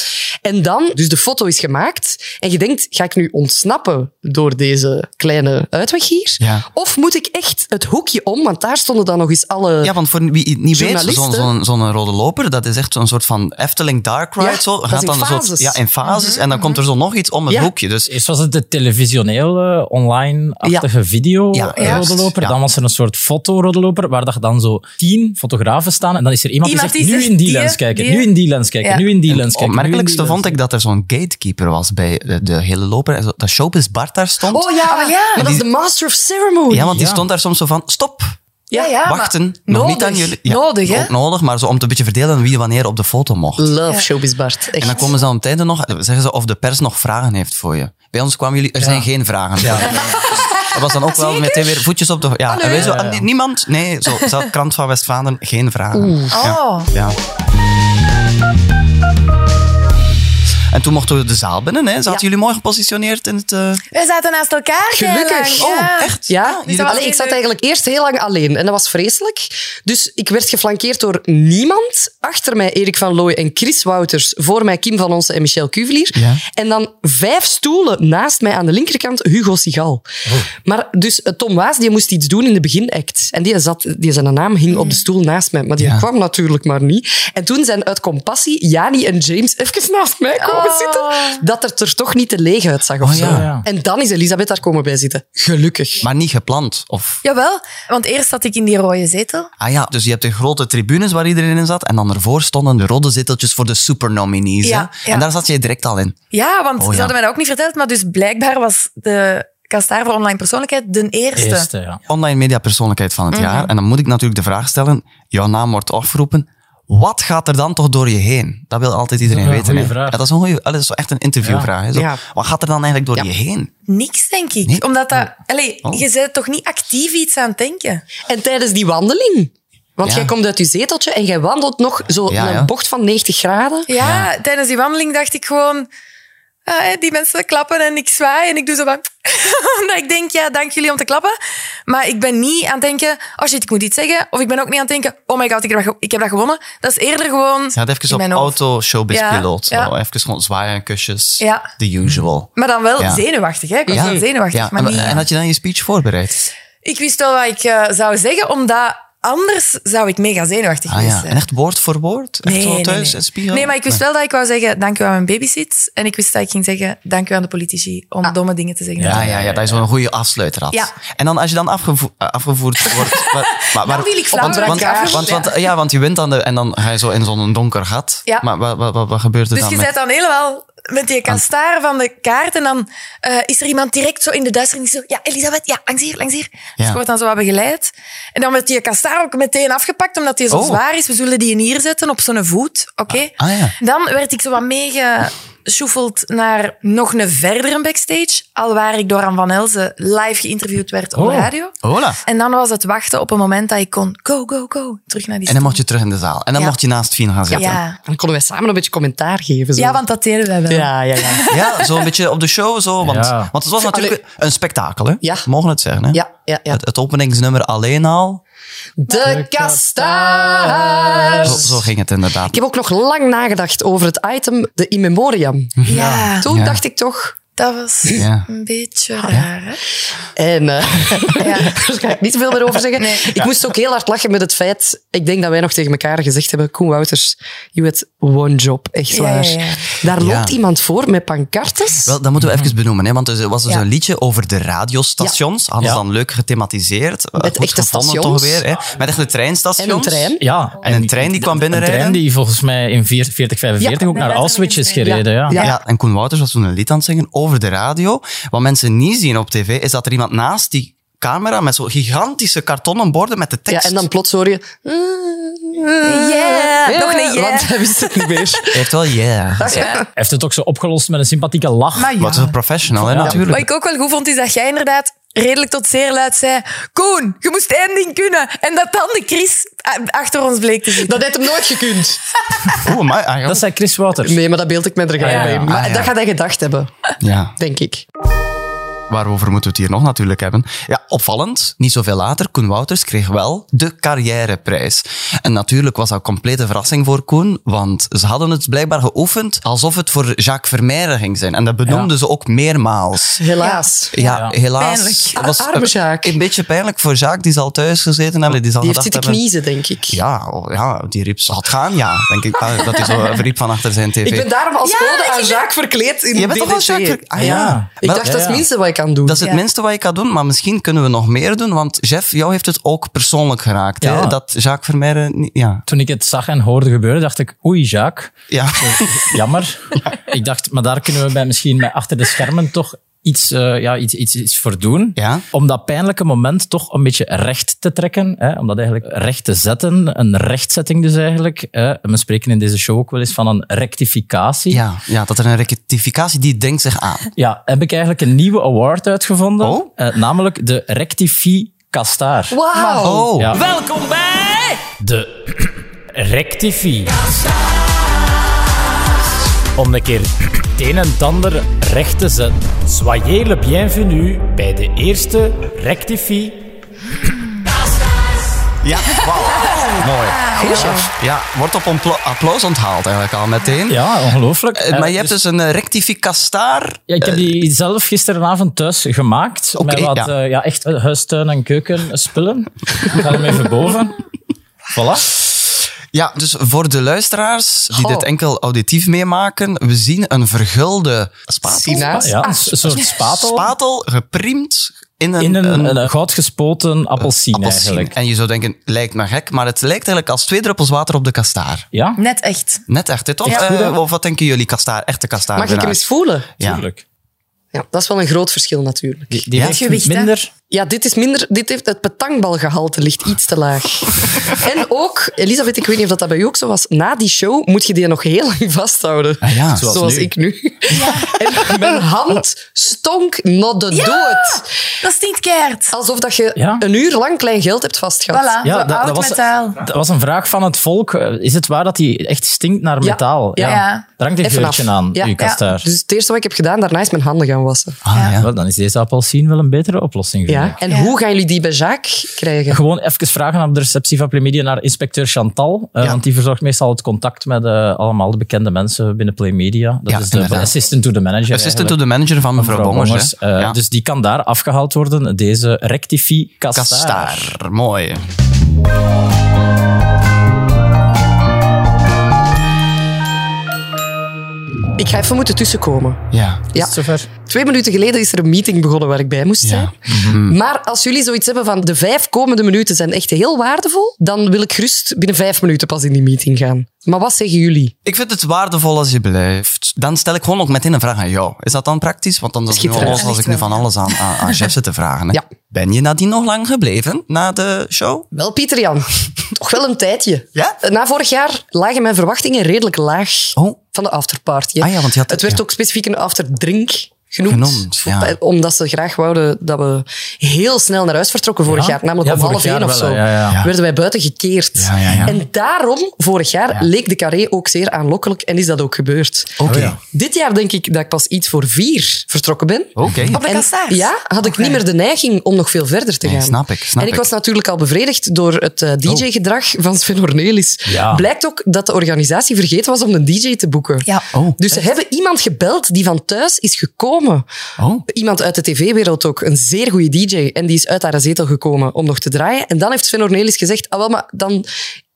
[SPEAKER 6] En dan, dus de foto is gemaakt en je denkt, ga ik nu ontsnappen door deze kleine uitweg hier?
[SPEAKER 4] Ja.
[SPEAKER 6] Of moet ik echt het hoekje om, want daar stonden dan nog eens alle...
[SPEAKER 4] Ja, want voor wie het niet weet, zo'n
[SPEAKER 6] Journalisten.
[SPEAKER 4] zo'n- zo'n rode loper, dat is echt zo'n soort van Efteling Dark Ride.
[SPEAKER 6] Ja,
[SPEAKER 4] zo.
[SPEAKER 6] dat is in
[SPEAKER 4] een soort,
[SPEAKER 6] fases. Mhm,
[SPEAKER 4] ja, in fases. En dan komt er zo nog iets om het
[SPEAKER 6] Ja.
[SPEAKER 4] hoekje. Dus
[SPEAKER 5] Eerst was het de televisionele, online-achtige video
[SPEAKER 4] Ja,
[SPEAKER 5] eh,
[SPEAKER 4] juist.
[SPEAKER 5] rodeloper.
[SPEAKER 4] Ja.
[SPEAKER 5] Dan was er een soort fotoroddeloper, waar dat dan zo tien fotografen staan. En dan is er iemand,
[SPEAKER 7] Iemand
[SPEAKER 5] die zegt,
[SPEAKER 7] die
[SPEAKER 5] nu
[SPEAKER 7] zegt,
[SPEAKER 5] in die
[SPEAKER 7] die,
[SPEAKER 5] lens kijken,
[SPEAKER 7] die.
[SPEAKER 5] nu in die lens kijken,
[SPEAKER 7] Ja.
[SPEAKER 5] nu in die
[SPEAKER 4] En
[SPEAKER 5] lens
[SPEAKER 4] het
[SPEAKER 5] kijken. nu in die
[SPEAKER 4] opmerkelijkste
[SPEAKER 5] lens
[SPEAKER 4] vond ik dat er zo'n gatekeeper was bij de, de hele loper. En zo- Dat showbiz Bart daar stond.
[SPEAKER 6] Oh ja,
[SPEAKER 7] Ah, ja.
[SPEAKER 6] maar dat is de master of ceremony.
[SPEAKER 4] ja, want die
[SPEAKER 5] ja.
[SPEAKER 4] stond daar soms zo van, stop,
[SPEAKER 7] Ja, ja. maar
[SPEAKER 4] wachten. Nog
[SPEAKER 7] nodig.
[SPEAKER 4] niet aan jullie. Oh,
[SPEAKER 7] nodig, hè?
[SPEAKER 4] Ook nodig, maar zo om te een beetje verdelen wie wanneer op de foto mocht.
[SPEAKER 6] Love
[SPEAKER 7] Ja.
[SPEAKER 6] Showbiz Bart. Echt.
[SPEAKER 4] En dan komen ze dan op het einde nog, zeggen ze of de pers nog vragen heeft voor je. Bij ons kwamen jullie, er zijn geen vragen. Dat was dan ook wel meteen weer voetjes op de... Ja, en wij zo, ah, niemand? Nee, zo, zelf krant van West-Vlaanderen, geen vragen.
[SPEAKER 7] Oh.
[SPEAKER 4] Ja. En toen mochten we de zaal binnen. Hè. Zaten jullie mooi gepositioneerd in het... eh,
[SPEAKER 7] We zaten naast elkaar.
[SPEAKER 6] Gelukkig.
[SPEAKER 4] Oh,
[SPEAKER 7] Keilang. Ja.
[SPEAKER 6] Ja,
[SPEAKER 7] dus dat was
[SPEAKER 6] Allee, ik
[SPEAKER 7] heel
[SPEAKER 6] zat
[SPEAKER 7] leuk.
[SPEAKER 6] eigenlijk eerst heel lang alleen en dat was vreselijk. Dus ik werd geflankeerd door niemand. Achter mij Erik van Looy en Chris Wouters. Voor mij Kim van Onsen en Michel Cuvelier.
[SPEAKER 4] Ja.
[SPEAKER 6] En dan vijf stoelen naast mij aan de linkerkant Hugo Sigal.
[SPEAKER 4] Oh.
[SPEAKER 6] Maar dus eh, Tom Waas die moest iets doen in de beginact. En die zat, die zijn naam hing op de stoel naast mij. Maar die
[SPEAKER 4] Ja.
[SPEAKER 6] kwam natuurlijk maar niet. En toen zijn uit compassie Jani en James even naast mij komen zitten. Dat het er toch niet te leeg uitzag of
[SPEAKER 4] Oh,
[SPEAKER 6] zo.
[SPEAKER 4] ja.
[SPEAKER 5] Ja.
[SPEAKER 6] En dan is Elisabeth daar komen bij zitten. Gelukkig.
[SPEAKER 4] Maar niet gepland. Of...
[SPEAKER 7] Jawel, want eerst zat ik in die rode zetel.
[SPEAKER 4] Ah ja, dus je hebt de grote tribunes waar iedereen in zat. En dan ervoor stonden de rode zeteltjes voor de supernominees.
[SPEAKER 7] Ja,
[SPEAKER 4] hè.
[SPEAKER 7] ja.
[SPEAKER 4] En daar zat je direct al in.
[SPEAKER 7] Ja, want
[SPEAKER 4] Oh, ja.
[SPEAKER 7] ze hadden mij dat ook niet verteld. Maar dus blijkbaar was de Kastaar voor Online Persoonlijkheid de eerste.
[SPEAKER 5] Eerste, ja.
[SPEAKER 4] Online media persoonlijkheid van het jaar. En dan moet ik natuurlijk de vraag stellen, jouw naam wordt afgeroepen. Wat gaat er dan toch door je heen? Dat wil altijd iedereen
[SPEAKER 5] Dat is een
[SPEAKER 4] weten.
[SPEAKER 5] goeie
[SPEAKER 4] hè.
[SPEAKER 5] vraag.
[SPEAKER 4] Ja, dat is een goeie, dat is zo echt een interviewvraag. hè. Zo,
[SPEAKER 6] Ja.
[SPEAKER 4] Wat gaat er dan eigenlijk door
[SPEAKER 6] Ja.
[SPEAKER 4] je heen?
[SPEAKER 7] Niks, denk ik.
[SPEAKER 4] Nee?
[SPEAKER 7] Omdat dat... Allee,
[SPEAKER 4] Oh.
[SPEAKER 7] je bent toch niet actief iets aan het denken?
[SPEAKER 6] En tijdens die wandeling. Want
[SPEAKER 4] Ja.
[SPEAKER 6] jij komt uit je zeteltje en jij wandelt nog zo
[SPEAKER 4] Ja,
[SPEAKER 6] een
[SPEAKER 4] ja.
[SPEAKER 6] bocht van 90 graden.
[SPEAKER 7] Ja, tijdens die wandeling dacht ik gewoon... ah, hè, die mensen klappen en ik zwaai en ik doe zo van... Omdat ik denk, ja, dank jullie om te klappen. Maar ik ben niet aan het denken... Oh shit, ik moet iets zeggen. Of ik ben ook niet aan het denken... Oh my god, ik heb dat, ge- ik heb dat gewonnen. Dat is eerder gewoon...
[SPEAKER 4] Ze had even
[SPEAKER 7] in
[SPEAKER 4] op
[SPEAKER 7] mijn hoofd.
[SPEAKER 4] auto showbiz
[SPEAKER 7] Ja,
[SPEAKER 4] piloot.
[SPEAKER 7] ja.
[SPEAKER 4] Zo, Even gewoon zwaaien, kusjes.
[SPEAKER 7] Ja.
[SPEAKER 4] The usual.
[SPEAKER 7] Maar dan wel
[SPEAKER 4] Ja.
[SPEAKER 7] zenuwachtig, hè? Ik was wel zenuwachtig,
[SPEAKER 4] Ja.
[SPEAKER 7] maar
[SPEAKER 4] en,
[SPEAKER 7] niet...
[SPEAKER 4] en had je dan je speech voorbereid?
[SPEAKER 7] Ik wist wel wat ik eh, zou zeggen, omdat anders zou ik mega zenuwachtig
[SPEAKER 4] Ah ja,
[SPEAKER 7] geweest
[SPEAKER 4] en
[SPEAKER 7] zijn.
[SPEAKER 4] echt woord voor woord? Echt zo thuis,
[SPEAKER 7] nee.
[SPEAKER 4] een spiegel?
[SPEAKER 7] Nee, maar ik wist wel dat ik wou zeggen dank u aan mijn babysit. En ik wist dat ik ging zeggen dank u aan de politici om domme dingen te zeggen.
[SPEAKER 4] Ja, ja, ja, dat is wel een goede afsluiter had.
[SPEAKER 7] Ja.
[SPEAKER 4] En dan als je dan afgevo- eh, afgevoerd wordt... Maar, maar, maar-
[SPEAKER 7] wil ik flauw
[SPEAKER 4] want,
[SPEAKER 7] dat ik
[SPEAKER 4] want, want,
[SPEAKER 7] afgevoerd
[SPEAKER 4] want- ja, want je wint dan de, en dan ga je zo in zo'n donker gat.
[SPEAKER 7] Ja.
[SPEAKER 4] Maar wat, wat, wat, wat gebeurt er
[SPEAKER 7] Dus
[SPEAKER 4] dan?
[SPEAKER 7] je
[SPEAKER 4] met-
[SPEAKER 7] bent dan helemaal met die kastaar van de kaart. En dan eh, is er iemand direct zo in de duisternis. Zo, ja, Elisabeth, ja, langs hier, langs hier. Dus
[SPEAKER 4] Ja.
[SPEAKER 7] ik word dan zo wat begeleid. En dan wordt die kastaar ook meteen afgepakt, omdat die zo
[SPEAKER 4] Oh.
[SPEAKER 7] zwaar is. We zullen die hier zetten op zo'n voet. Oké.
[SPEAKER 4] Ah, ah, ja.
[SPEAKER 7] Dan werd ik zo wat meegeschoefeld naar nog een verdere backstage. Alwaar ik door Anne van Elzen live geïnterviewd werd op
[SPEAKER 5] Oh.
[SPEAKER 7] radio.
[SPEAKER 4] Hola.
[SPEAKER 7] En dan was het wachten op een moment dat ik kon go, go, go, terug naar die
[SPEAKER 4] En dan
[SPEAKER 7] stoel.
[SPEAKER 4] mocht je terug in de zaal. En dan
[SPEAKER 7] Ja.
[SPEAKER 4] mocht je naast Fien gaan zitten. Ja.
[SPEAKER 7] ja.
[SPEAKER 6] En dan konden wij samen een beetje commentaar geven. Zo.
[SPEAKER 7] ja, want dat deden wij wel.
[SPEAKER 6] Ja, ja, ja.
[SPEAKER 4] zo een beetje op de show. Zo, want,
[SPEAKER 5] Ja.
[SPEAKER 4] want het was natuurlijk een spektakel. Hè?
[SPEAKER 6] Ja.
[SPEAKER 4] Mogen we het zeggen. Hè?
[SPEAKER 6] Ja, ja, ja.
[SPEAKER 4] Het, het openingsnummer alleen al.
[SPEAKER 6] De kastaar.
[SPEAKER 4] Zo, zo ging het inderdaad.
[SPEAKER 6] Ik heb ook nog lang nagedacht over het item de in memoriam.
[SPEAKER 7] Ja.
[SPEAKER 6] Toen
[SPEAKER 4] Ja.
[SPEAKER 6] dacht ik toch...
[SPEAKER 7] Dat was
[SPEAKER 4] Ja.
[SPEAKER 7] een beetje raar. Hè?
[SPEAKER 6] En eh,
[SPEAKER 7] Ja.
[SPEAKER 6] daar ga ik niet veel meer over zeggen. Ik moest ook heel hard lachen met het feit... Ik denk dat wij nog tegen elkaar gezegd hebben... Koen Wouters, you had one job. Echt
[SPEAKER 7] Ja,
[SPEAKER 6] waar.
[SPEAKER 7] ja, ja.
[SPEAKER 6] Daar
[SPEAKER 4] Ja.
[SPEAKER 6] loopt iemand voor met pancartes.
[SPEAKER 4] Wel, dat moeten
[SPEAKER 6] Mhm.
[SPEAKER 4] we even benoemen, hè? want er was dus
[SPEAKER 1] Ja.
[SPEAKER 4] een liedje over de radiostations. Hadden ze
[SPEAKER 5] Ja.
[SPEAKER 4] dan leuk gethematiseerd. Met
[SPEAKER 6] echte stations.
[SPEAKER 4] Toch weer, hè? Met echte treinstations.
[SPEAKER 6] en een trein.
[SPEAKER 5] Ja.
[SPEAKER 4] En een trein die kwam binnenrijden.
[SPEAKER 5] Een trein die volgens mij in 40, 45 ook naar
[SPEAKER 1] Ja.
[SPEAKER 5] Auschwitz is gereden. Ja.
[SPEAKER 4] Ja. en Koen Wouters was toen een lied aan het zingen over de radio. Wat mensen niet zien op tv, is dat er iemand naast die camera met zo'n gigantische kartonnen borden met de
[SPEAKER 6] Ja,
[SPEAKER 4] tekst.
[SPEAKER 6] en dan plots hoor je...
[SPEAKER 1] Yeah, nog een yeah.
[SPEAKER 6] Want hij wist het niet meer.
[SPEAKER 4] Hij heeft wel
[SPEAKER 6] Ah,
[SPEAKER 4] yeah.
[SPEAKER 5] Hij heeft het ook zo opgelost met een sympathieke lach.
[SPEAKER 1] Maar ja.
[SPEAKER 4] Wat een professional, hè,
[SPEAKER 5] Ja.
[SPEAKER 1] Wat
[SPEAKER 4] natuurlijk.
[SPEAKER 1] ik ook wel goed vond, is dat jij inderdaad redelijk tot zeer luid zei... Koen, je moest één ding kunnen. En dat dan de Chris a- achter ons bleek te zitten.
[SPEAKER 6] Dat heeft hem nooit gekund.
[SPEAKER 4] Oeh, maar... ah, ja.
[SPEAKER 5] Dat zei Chris Wouters.
[SPEAKER 6] Nee, maar dat beeld ik me er graag
[SPEAKER 5] Ah, ja.
[SPEAKER 6] bij.
[SPEAKER 5] Ah,
[SPEAKER 6] Maar
[SPEAKER 4] ja.
[SPEAKER 6] dat gaat hij gedacht hebben,
[SPEAKER 4] ja.
[SPEAKER 6] denk ik.
[SPEAKER 4] Waarover moeten we het hier nog natuurlijk hebben? Ja, opvallend. Niet zoveel later, Koen Wouters kreeg wel de carrièreprijs. En natuurlijk was dat een complete verrassing voor Koen, want ze hadden het blijkbaar geoefend alsof het voor Jacques Vermeijden ging zijn. En dat benoemden ze ook meermaals.
[SPEAKER 6] Helaas.
[SPEAKER 4] Ja,
[SPEAKER 5] Ja.
[SPEAKER 4] helaas.
[SPEAKER 1] Pijnlijk.
[SPEAKER 4] Het was
[SPEAKER 6] Arme Jacques.
[SPEAKER 4] Een beetje pijnlijk voor Jacques, die zal thuis gezeten hebben. Die zal
[SPEAKER 6] Die heeft
[SPEAKER 4] gedacht
[SPEAKER 6] zitten
[SPEAKER 4] hebben,
[SPEAKER 6] kniezen, denk ik.
[SPEAKER 4] Ja, oh, ja, die riep, ze had gaan, ja. Denk ik, ah, dat hij zo riep van achter zijn tv.
[SPEAKER 6] Ik ben daarom als
[SPEAKER 1] Ja,
[SPEAKER 6] code
[SPEAKER 1] ik
[SPEAKER 6] aan
[SPEAKER 1] vind-
[SPEAKER 6] Jacques verkleed in
[SPEAKER 4] Je bent toch wel
[SPEAKER 6] DDT?
[SPEAKER 4] Jacques verkleed? Ah, ja.
[SPEAKER 5] Ja.
[SPEAKER 6] Ik
[SPEAKER 4] Wel-
[SPEAKER 6] dacht,
[SPEAKER 5] Ja,
[SPEAKER 6] dat is
[SPEAKER 5] ja.
[SPEAKER 6] het minste wat ik kan doen.
[SPEAKER 4] Dat is het
[SPEAKER 1] Ja.
[SPEAKER 4] minste wat je kan doen, maar misschien kunnen we nog meer doen. Want Jeff, jou heeft het ook persoonlijk geraakt. Hè?
[SPEAKER 5] Ja.
[SPEAKER 4] Dat Jacques Vermeijden... niet- Ja.
[SPEAKER 5] Toen ik het zag en hoorde gebeuren, dacht ik, oei, Jacques.
[SPEAKER 4] ja.
[SPEAKER 5] Jammer. Ik dacht, maar daar kunnen we bij misschien bij achter de schermen toch iets, eh, ja, iets, iets, iets voor doen.
[SPEAKER 4] Ja.
[SPEAKER 5] Om dat pijnlijke moment toch een beetje recht te trekken. Hè? Om dat eigenlijk recht te zetten. Een rechtzetting dus eigenlijk. Hè? We spreken in deze show ook wel eens van een rectificatie.
[SPEAKER 4] Ja, ja, dat er een rectificatie, die denkt zich aan.
[SPEAKER 5] Ja, heb ik eigenlijk een nieuwe award uitgevonden.
[SPEAKER 4] Oh.
[SPEAKER 5] Eh, namelijk de Rectificastaar.
[SPEAKER 6] Wauw.
[SPEAKER 4] Oh,
[SPEAKER 5] Ja.
[SPEAKER 6] Welkom bij...
[SPEAKER 5] De Rectifi. Om een keer het een en het ander recht te zetten. Soyez le bienvenu bij de eerste Rectifi.
[SPEAKER 4] ja. wauw. Mooi. Ja, wordt op ontplo- applaus onthaald eigenlijk al meteen.
[SPEAKER 5] Ja, ongelooflijk.
[SPEAKER 4] Eh, maar je hebt dus een eh, rectificastaar.
[SPEAKER 5] ja, ik heb die zelf gisteravond thuis gemaakt.
[SPEAKER 4] Oké,
[SPEAKER 5] met wat
[SPEAKER 4] ja.
[SPEAKER 5] eh, ja, echt eh, huistuin- en keukenspullen. Ik ga hem even boven. Voilà.
[SPEAKER 4] Ja, dus voor de luisteraars die
[SPEAKER 6] Goh.
[SPEAKER 4] dit enkel auditief meemaken, we zien een vergulde spatel,
[SPEAKER 6] Sinaas.
[SPEAKER 5] Ja, een s- een soort spatel.
[SPEAKER 4] spatel gepriemd in een,
[SPEAKER 5] in een,
[SPEAKER 4] een eh,
[SPEAKER 5] een, goudgespoten appelsien,
[SPEAKER 4] appelsien.
[SPEAKER 5] eigenlijk.
[SPEAKER 4] En je zou denken, lijkt me gek, maar het lijkt eigenlijk als twee druppels water op de kastaar.
[SPEAKER 5] Ja,
[SPEAKER 1] Net echt.
[SPEAKER 4] Net echt, hè, toch?
[SPEAKER 5] Echt goed,
[SPEAKER 4] Eh,
[SPEAKER 5] hè?
[SPEAKER 4] of wat denken jullie, kastaar, echte kastaar?
[SPEAKER 6] Mag ik hem eens voelen?
[SPEAKER 4] Ja.
[SPEAKER 5] tuurlijk.
[SPEAKER 6] Ja, dat is wel een groot verschil natuurlijk.
[SPEAKER 5] Die, die
[SPEAKER 4] Ja.
[SPEAKER 5] heeft
[SPEAKER 1] Gewicht, hè?
[SPEAKER 5] minder.
[SPEAKER 6] Ja, dit is minder. Dit heeft het petangbalgehalte ligt iets te laag. en ook, Elisabeth, ik weet niet of dat bij u ook zo was. Na die show moet je die nog heel lang vasthouden.
[SPEAKER 4] Ah, ja.
[SPEAKER 5] Zoals nu.
[SPEAKER 6] ik nu. en mijn hand stonk not de dood.
[SPEAKER 1] Dat is niet keert.
[SPEAKER 6] Alsof dat je
[SPEAKER 5] Ja.
[SPEAKER 6] een uur lang klein geld hebt vastgehad.
[SPEAKER 1] Voilà,
[SPEAKER 5] Ja,
[SPEAKER 1] zo
[SPEAKER 5] dat- dat
[SPEAKER 1] oud
[SPEAKER 5] was-
[SPEAKER 1] metaal.
[SPEAKER 5] Dat was een vraag van het volk. Eh, Is het waar dat die echt stinkt naar
[SPEAKER 6] Ja.
[SPEAKER 5] metaal?
[SPEAKER 6] Ja.
[SPEAKER 1] Ja.
[SPEAKER 5] Er hangt een
[SPEAKER 6] Even
[SPEAKER 5] geurtje
[SPEAKER 6] af.
[SPEAKER 5] aan,
[SPEAKER 6] Ja.
[SPEAKER 5] uw kastaar.
[SPEAKER 6] Dus het eerste wat ik heb gedaan daarna is mijn handen gaan wassen.
[SPEAKER 4] Ah, ja.
[SPEAKER 5] Wel, dan is deze appelsien wel een betere oplossing. vind
[SPEAKER 6] Ja.
[SPEAKER 5] ik.
[SPEAKER 6] En
[SPEAKER 1] Ja.
[SPEAKER 6] hoe gaan jullie die bij Jacques krijgen?
[SPEAKER 5] Gewoon even vragen op de receptie van Playmedia naar inspecteur Chantal. eh,
[SPEAKER 4] Ja.
[SPEAKER 5] Want die verzorgt meestal het contact met eh, allemaal de bekende mensen binnen Playmedia. Dat
[SPEAKER 4] Ja,
[SPEAKER 5] is de
[SPEAKER 4] inderdaad.
[SPEAKER 5] assistant to the manager.
[SPEAKER 4] Assistant to
[SPEAKER 5] eigenlijk.
[SPEAKER 4] the manager van mevrouw Bongers. hè.
[SPEAKER 5] Eh,
[SPEAKER 4] ja.
[SPEAKER 5] Dus die kan daar afgehaald worden. Deze rectifi kastaar.
[SPEAKER 4] Kastaar, mooi.
[SPEAKER 6] Ik ga even moeten tussenkomen.
[SPEAKER 4] Ja.
[SPEAKER 6] Ja.
[SPEAKER 5] Zover.
[SPEAKER 6] Twee minuten geleden is er een meeting begonnen waar ik bij moest zijn. Maar als jullie zoiets hebben van de vijf komende minuten zijn echt heel waardevol, dan wil ik gerust binnen vijf minuten pas in die meeting gaan. Maar wat zeggen jullie?
[SPEAKER 4] Ik vind het waardevol als je blijft. Dan stel ik gewoon ook meteen een vraag aan jou. Is dat dan praktisch? Want dan is het nu al
[SPEAKER 6] Schitterend.
[SPEAKER 4] los als ik nu van alles aan, aan, aan Jeff zit te vragen. Hè.
[SPEAKER 6] Ja.
[SPEAKER 4] Ben je nadien nog lang gebleven na de show?
[SPEAKER 6] Wel, Pieter Jan, toch wel een tijdje.
[SPEAKER 4] Ja?
[SPEAKER 6] Na vorig jaar lagen mijn verwachtingen redelijk laag
[SPEAKER 4] Oh.
[SPEAKER 6] van de afterparty. hè.
[SPEAKER 4] Ah ja, want je had-
[SPEAKER 6] het werd
[SPEAKER 4] ja.
[SPEAKER 6] ook specifiek een afterdrink genoemd.
[SPEAKER 4] Genoemd, ja.
[SPEAKER 6] Omdat ze graag wouden dat we heel snel naar huis vertrokken vorig
[SPEAKER 5] Ja?
[SPEAKER 6] jaar. Namelijk
[SPEAKER 5] Ja,
[SPEAKER 6] om
[SPEAKER 5] vorig
[SPEAKER 6] half
[SPEAKER 5] jaar
[SPEAKER 6] één of
[SPEAKER 5] wel,
[SPEAKER 6] zo.
[SPEAKER 5] hè. Ja, ja. Ja.
[SPEAKER 6] Werden wij buiten gekeerd.
[SPEAKER 4] Ja, ja, ja.
[SPEAKER 6] En daarom, vorig jaar, leek de carré ook zeer aanlokkelijk en is dat ook gebeurd.
[SPEAKER 4] Oké.
[SPEAKER 6] Dit jaar denk ik dat ik pas iets voor vier vertrokken ben.
[SPEAKER 4] Oké.
[SPEAKER 1] Op de kastaar.
[SPEAKER 6] ja, had ik niet meer de neiging om nog veel verder te gaan.
[SPEAKER 4] Nee, snap ik, snap
[SPEAKER 6] en ik,
[SPEAKER 4] ik. Oh.
[SPEAKER 6] was natuurlijk al bevredigd door het eh, DJ-gedrag van Sven Ornelis.
[SPEAKER 5] Ja.
[SPEAKER 6] Blijkt ook dat de organisatie vergeten was om een DJ te boeken.
[SPEAKER 1] Ja.
[SPEAKER 4] Oh.
[SPEAKER 6] Dus ze hebben iemand gebeld die van thuis is gekomen.
[SPEAKER 4] Oh.
[SPEAKER 6] Iemand uit de tv-wereld ook, een zeer goede DJ. En die is uit haar zetel gekomen om nog te draaien. En dan heeft Sven Ornelis gezegd, ah wel, maar dan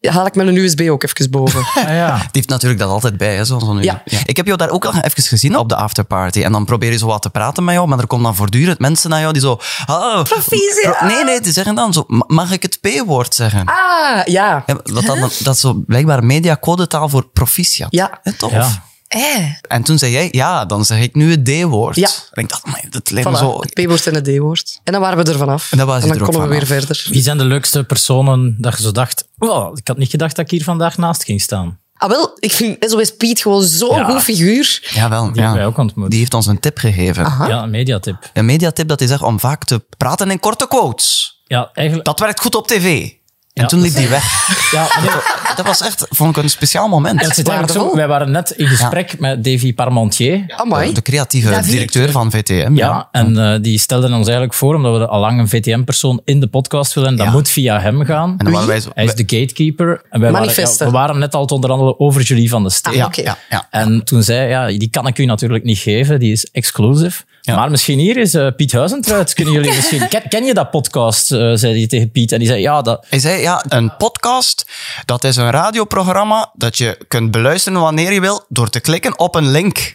[SPEAKER 6] haal ik mijn USB ook even boven.
[SPEAKER 5] Ah, ja.
[SPEAKER 4] Die heeft natuurlijk dat altijd bij, hè, zoals een uur.
[SPEAKER 6] Ja.
[SPEAKER 4] Ik heb jou daar ook al even gezien op de afterparty. En dan probeer je zo wat te praten met jou, maar er komt dan voortdurend mensen naar jou die zo... Oh, pro- nee, nee, die zeggen dan zo... "Ma- Mag ik het P-woord zeggen?
[SPEAKER 6] ah, ja.
[SPEAKER 4] Ja, wat dan, dat is zo blijkbaar mediacodetaal voor proficiat.
[SPEAKER 6] Ja.
[SPEAKER 4] Hè, tof.
[SPEAKER 5] Ja.
[SPEAKER 1] Eh,
[SPEAKER 4] En toen zei jij, ja, dan zeg ik nu het D-woord.
[SPEAKER 6] Ja.
[SPEAKER 4] En ik dacht, amai, dat lijkt me
[SPEAKER 6] Voilà,
[SPEAKER 4] zo...
[SPEAKER 6] het P-woord en het D-woord. En dan waren we er vanaf.
[SPEAKER 4] En dan waren ze er
[SPEAKER 6] dan
[SPEAKER 4] ook
[SPEAKER 6] konden we weer
[SPEAKER 4] vanaf.
[SPEAKER 6] verder.
[SPEAKER 5] Wie zijn de leukste personen dat je zo dacht... "Wow, ik had niet gedacht dat ik hier vandaag naast ging staan.
[SPEAKER 6] Ah, wel, ik vind SOS Piet gewoon zo'n
[SPEAKER 5] Ja.
[SPEAKER 6] goed figuur.
[SPEAKER 4] Jawel,
[SPEAKER 5] Die
[SPEAKER 4] ja.
[SPEAKER 5] hebben wij ook ontmoet.
[SPEAKER 4] Die heeft ons een tip gegeven.
[SPEAKER 5] Ja, een mediatip.
[SPEAKER 4] Een mediatip dat hij zegt om vaak te praten in korte quotes.
[SPEAKER 5] Ja, eigenlijk...
[SPEAKER 4] Dat werkt goed op tv. En
[SPEAKER 5] Ja,
[SPEAKER 4] toen
[SPEAKER 5] dat
[SPEAKER 4] liep hij weg.
[SPEAKER 5] Ja, nee,
[SPEAKER 4] Dat was echt, vond ik, een speciaal moment.
[SPEAKER 5] het zit eigenlijk
[SPEAKER 6] Waardevol.
[SPEAKER 5] zo. Wij waren net in gesprek met Davy Parmentier.
[SPEAKER 6] Amai.
[SPEAKER 4] De creatieve
[SPEAKER 1] David.
[SPEAKER 4] directeur van VTM.
[SPEAKER 5] Ja, en eh, die stelde ons eigenlijk voor, omdat we al lang een VTM-persoon in de podcast willen, en dat
[SPEAKER 4] Ja.
[SPEAKER 5] moet via hem gaan.
[SPEAKER 4] En dan waren wij zo...
[SPEAKER 5] Hij is de gatekeeper. En wij waren, ja,
[SPEAKER 6] Manifeste.
[SPEAKER 5] we waren net al te onderhandelen over Julie van de Steen.
[SPEAKER 4] ja,
[SPEAKER 6] oké.
[SPEAKER 4] ja, ja.
[SPEAKER 5] En toen zei hij, ja, die kan ik u natuurlijk niet geven, die is exclusive. Maar misschien hier is eh, Piet Huizentruid. Kunnen jullie misschien... Ken, ken je dat podcast, eh, zei hij tegen Piet. En die zei, ja, dat...
[SPEAKER 4] Hij zei, ja, een podcast, dat is een radioprogramma dat je kunt beluisteren wanneer je wil door te klikken op een link.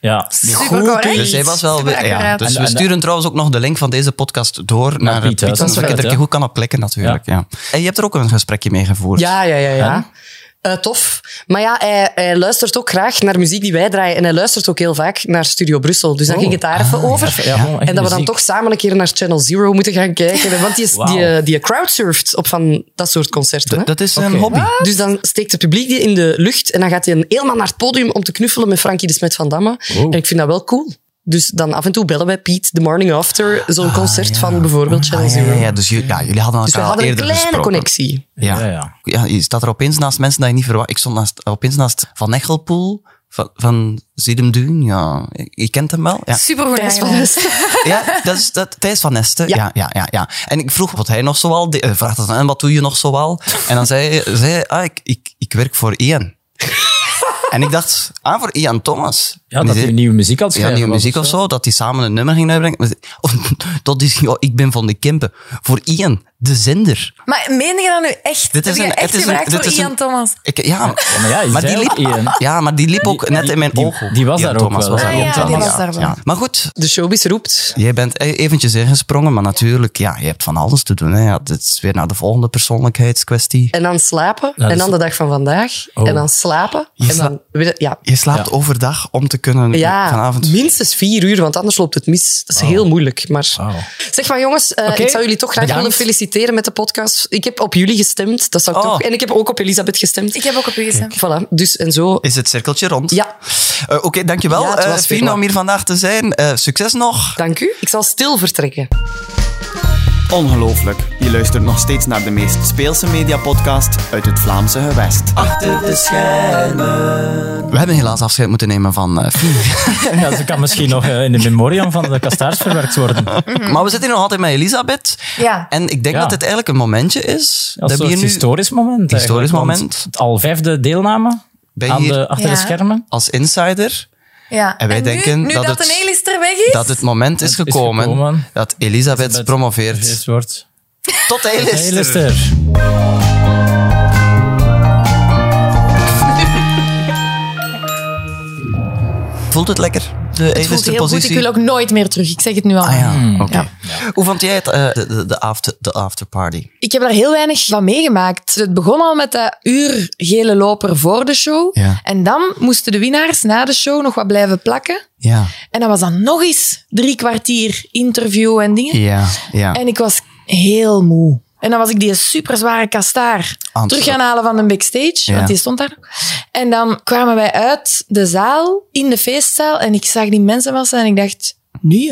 [SPEAKER 5] Ja,
[SPEAKER 1] super correct.
[SPEAKER 4] Dus hij was wel...
[SPEAKER 1] Super
[SPEAKER 4] Ja,
[SPEAKER 1] accuraat.
[SPEAKER 4] dus
[SPEAKER 5] En-
[SPEAKER 4] we
[SPEAKER 5] en-
[SPEAKER 4] sturen trouwens ook nog de link van deze podcast door naar
[SPEAKER 5] Piet,
[SPEAKER 4] Piet,
[SPEAKER 5] hè, dat is
[SPEAKER 4] zodat je
[SPEAKER 5] wel,
[SPEAKER 4] er
[SPEAKER 5] hè.
[SPEAKER 4] goed kan op klikken natuurlijk. Ja. En je hebt er ook een gesprekje mee gevoerd.
[SPEAKER 6] Ja, ja, ja, ja. Eh, tof. Maar ja, hij, hij luistert ook graag naar muziek die wij draaien. En hij luistert ook heel vaak naar Studio Brussel. Dus dan ging het daar even over.
[SPEAKER 5] ja, gewoon echt
[SPEAKER 6] en dat we dan
[SPEAKER 5] muziek.
[SPEAKER 6] toch samen een keer naar Channel Zero moeten gaan kijken. Want die, is,
[SPEAKER 5] Wauw.
[SPEAKER 6] die, eh, die crowdsurft op van dat soort concerten. hè?
[SPEAKER 4] Dat is een
[SPEAKER 5] Oké.
[SPEAKER 4] hobby.
[SPEAKER 6] Dus dan steekt het publiek die in de lucht en dan gaat hij helemaal naar het podium om te knuffelen met Frankie de Smet van Damme. En ik vind dat wel cool. Dus dan af en toe bellen wij Piet de morning after zo'n concert van bijvoorbeeld Channel
[SPEAKER 4] Ah, ja,
[SPEAKER 6] Zero.
[SPEAKER 4] ja, ja, dus jullie, ja, jullie hadden elkaar
[SPEAKER 6] Dus we
[SPEAKER 4] al
[SPEAKER 6] hadden een
[SPEAKER 4] eerder
[SPEAKER 6] kleine
[SPEAKER 4] gesproken.
[SPEAKER 6] connectie.
[SPEAKER 4] Ja.
[SPEAKER 5] Ja,
[SPEAKER 4] Ja,
[SPEAKER 5] ja.
[SPEAKER 4] je staat er opeens naast mensen dat je niet verwacht. Ik stond naast, opeens naast Van Echelpoel, van, van Zidem Duun. Ja, je, je kent hem wel. Ja,
[SPEAKER 1] super goed
[SPEAKER 6] Thijs van Westen.
[SPEAKER 4] ja dat is dat, Thijs van Nesten. Ja.
[SPEAKER 6] Ja.
[SPEAKER 4] Ja, ja, ja, En ik vroeg wat hij nog zoal... deed. Hij vraagt eh, dan, en wat doe je nog zoal? En dan zei hij, zei hij, ah, ik, ik, ik werk voor Ian. en ik dacht, ah, voor Ian Thomas.
[SPEAKER 5] ja
[SPEAKER 4] En die
[SPEAKER 5] dat
[SPEAKER 4] zei-
[SPEAKER 5] hij nieuwe muziek had
[SPEAKER 4] ja, nieuwe muziek of zo, dat die samen een nummer ging uitbrengen. Maar ze- Of, dat is, ja, ik ben van de Kimpen. Voor Ian, de zender.
[SPEAKER 1] Maar meen je dat nu echt?
[SPEAKER 4] Dit
[SPEAKER 1] Dit
[SPEAKER 4] is
[SPEAKER 1] is
[SPEAKER 4] een-
[SPEAKER 1] echt
[SPEAKER 4] het is een-
[SPEAKER 1] gebruikt
[SPEAKER 4] dit
[SPEAKER 1] voor
[SPEAKER 4] is een-
[SPEAKER 1] Ian Thomas?
[SPEAKER 4] Ik, ja,
[SPEAKER 5] maar ja, je
[SPEAKER 4] maar die
[SPEAKER 5] zei
[SPEAKER 4] liep,
[SPEAKER 5] ook Ian.
[SPEAKER 4] ja, maar die liep ook
[SPEAKER 5] die-
[SPEAKER 4] net in mijn
[SPEAKER 5] die-
[SPEAKER 4] oog.
[SPEAKER 5] die was
[SPEAKER 4] Ian
[SPEAKER 5] daar ook
[SPEAKER 4] Thomas
[SPEAKER 5] wel.
[SPEAKER 4] Was
[SPEAKER 5] Ah,
[SPEAKER 4] daar
[SPEAKER 1] ja,
[SPEAKER 4] ook
[SPEAKER 1] die
[SPEAKER 4] wel.
[SPEAKER 1] was daar wel.
[SPEAKER 4] Maar goed,
[SPEAKER 6] De showbiz roept.
[SPEAKER 4] jij bent e- eventjes ingesprongen, maar natuurlijk, ja, je hebt van alles te doen. Hè. Ja, dit is weer naar de volgende persoonlijkheidskwestie.
[SPEAKER 6] En dan slapen.
[SPEAKER 5] dat
[SPEAKER 4] dus
[SPEAKER 6] en
[SPEAKER 5] is-
[SPEAKER 6] dan de dag van vandaag.
[SPEAKER 5] Oh.
[SPEAKER 6] En dan slapen. en
[SPEAKER 4] sla-
[SPEAKER 6] dan, weer- ja,
[SPEAKER 4] Je slaapt overdag om te kunnen
[SPEAKER 6] ja
[SPEAKER 4] vanavond...
[SPEAKER 6] minstens vier uur, want anders loopt het mis. Dat is heel moeilijk. Maar...
[SPEAKER 5] Wauw.
[SPEAKER 6] Zeg maar jongens, eh,
[SPEAKER 5] Oké.
[SPEAKER 6] ik zou jullie toch graag
[SPEAKER 5] Bedankt.
[SPEAKER 6] willen feliciteren met de podcast. Ik heb op jullie gestemd. Dat zou ik
[SPEAKER 4] Oh.
[SPEAKER 6] toch... En ik heb ook op Elisabeth gestemd.
[SPEAKER 1] Ik heb ook op u gestemd.
[SPEAKER 6] Voilà, dus en zo.
[SPEAKER 4] Is het cirkeltje rond?
[SPEAKER 6] Ja,
[SPEAKER 4] Eh, Oké, dankjewel.
[SPEAKER 6] Ja, het
[SPEAKER 4] eh,
[SPEAKER 6] was weer
[SPEAKER 4] Fien,
[SPEAKER 6] lang.
[SPEAKER 4] om hier vandaag te zijn. Eh, succes nog.
[SPEAKER 6] dank u. Ik zal stil vertrekken.
[SPEAKER 8] Ongelooflijk, je luistert nog steeds naar de meest speelse mediapodcast uit het Vlaamse gewest.
[SPEAKER 4] We hebben helaas afscheid moeten nemen van eh, Fien.
[SPEAKER 5] Ja, ze kan misschien nog eh, in de memoriam van de kastaars verwerkt worden.
[SPEAKER 4] Maar we zitten hier nog altijd met Elisabeth.
[SPEAKER 1] Ja.
[SPEAKER 4] En ik denk
[SPEAKER 5] Ja.
[SPEAKER 4] dat dit eigenlijk een momentje is.
[SPEAKER 5] Ja, een
[SPEAKER 4] we
[SPEAKER 5] soort
[SPEAKER 4] hier nu
[SPEAKER 5] historisch moment.
[SPEAKER 4] Historisch
[SPEAKER 5] eigenlijk, want
[SPEAKER 4] moment.
[SPEAKER 5] het Al vijfde deelname
[SPEAKER 4] Ben je
[SPEAKER 5] aan
[SPEAKER 4] hier-
[SPEAKER 5] de, achter
[SPEAKER 1] Ja.
[SPEAKER 5] de schermen.
[SPEAKER 4] als insider
[SPEAKER 1] Ja.
[SPEAKER 4] En wij
[SPEAKER 1] nu-
[SPEAKER 4] denken
[SPEAKER 1] nu,
[SPEAKER 4] dat
[SPEAKER 1] dat,
[SPEAKER 4] het-
[SPEAKER 1] de Nelis er weg is?
[SPEAKER 4] dat het moment is
[SPEAKER 5] Het is
[SPEAKER 4] gekomen,
[SPEAKER 5] gekomen.
[SPEAKER 4] dat Elisabeth promoveert
[SPEAKER 5] Het wordt.
[SPEAKER 4] tot
[SPEAKER 5] Hey,
[SPEAKER 4] A-lister.
[SPEAKER 5] Lister.
[SPEAKER 4] Voelt het lekker,
[SPEAKER 7] Het
[SPEAKER 4] de
[SPEAKER 7] voelt
[SPEAKER 4] A-lister
[SPEAKER 7] heel goed. Ik
[SPEAKER 4] positie?
[SPEAKER 7] wil ook nooit meer terug. Ik zeg het nu al.
[SPEAKER 4] Ah
[SPEAKER 5] Hmm.
[SPEAKER 4] ja, oké.
[SPEAKER 7] Ja.
[SPEAKER 4] Hoe vond jij het, eh, de, de, de, after, de afterparty?
[SPEAKER 7] Ik heb daar heel weinig van meegemaakt. Het begon al met dat uur gele loper voor de show.
[SPEAKER 4] Ja.
[SPEAKER 7] En dan moesten de winnaars na de show nog wat blijven plakken.
[SPEAKER 4] Ja.
[SPEAKER 7] En dat was dan nog eens drie kwartier interview en dingen.
[SPEAKER 4] Ja, ja.
[SPEAKER 7] En ik was heel moe. En dan was ik die superzware kastaar
[SPEAKER 4] Aan het
[SPEAKER 7] terug gaan halen van de backstage,
[SPEAKER 4] Ja.
[SPEAKER 7] want die stond daar. nog. En dan kwamen wij uit de zaal, in de feestzaal, en ik zag die mensenmassa en ik dacht, nee,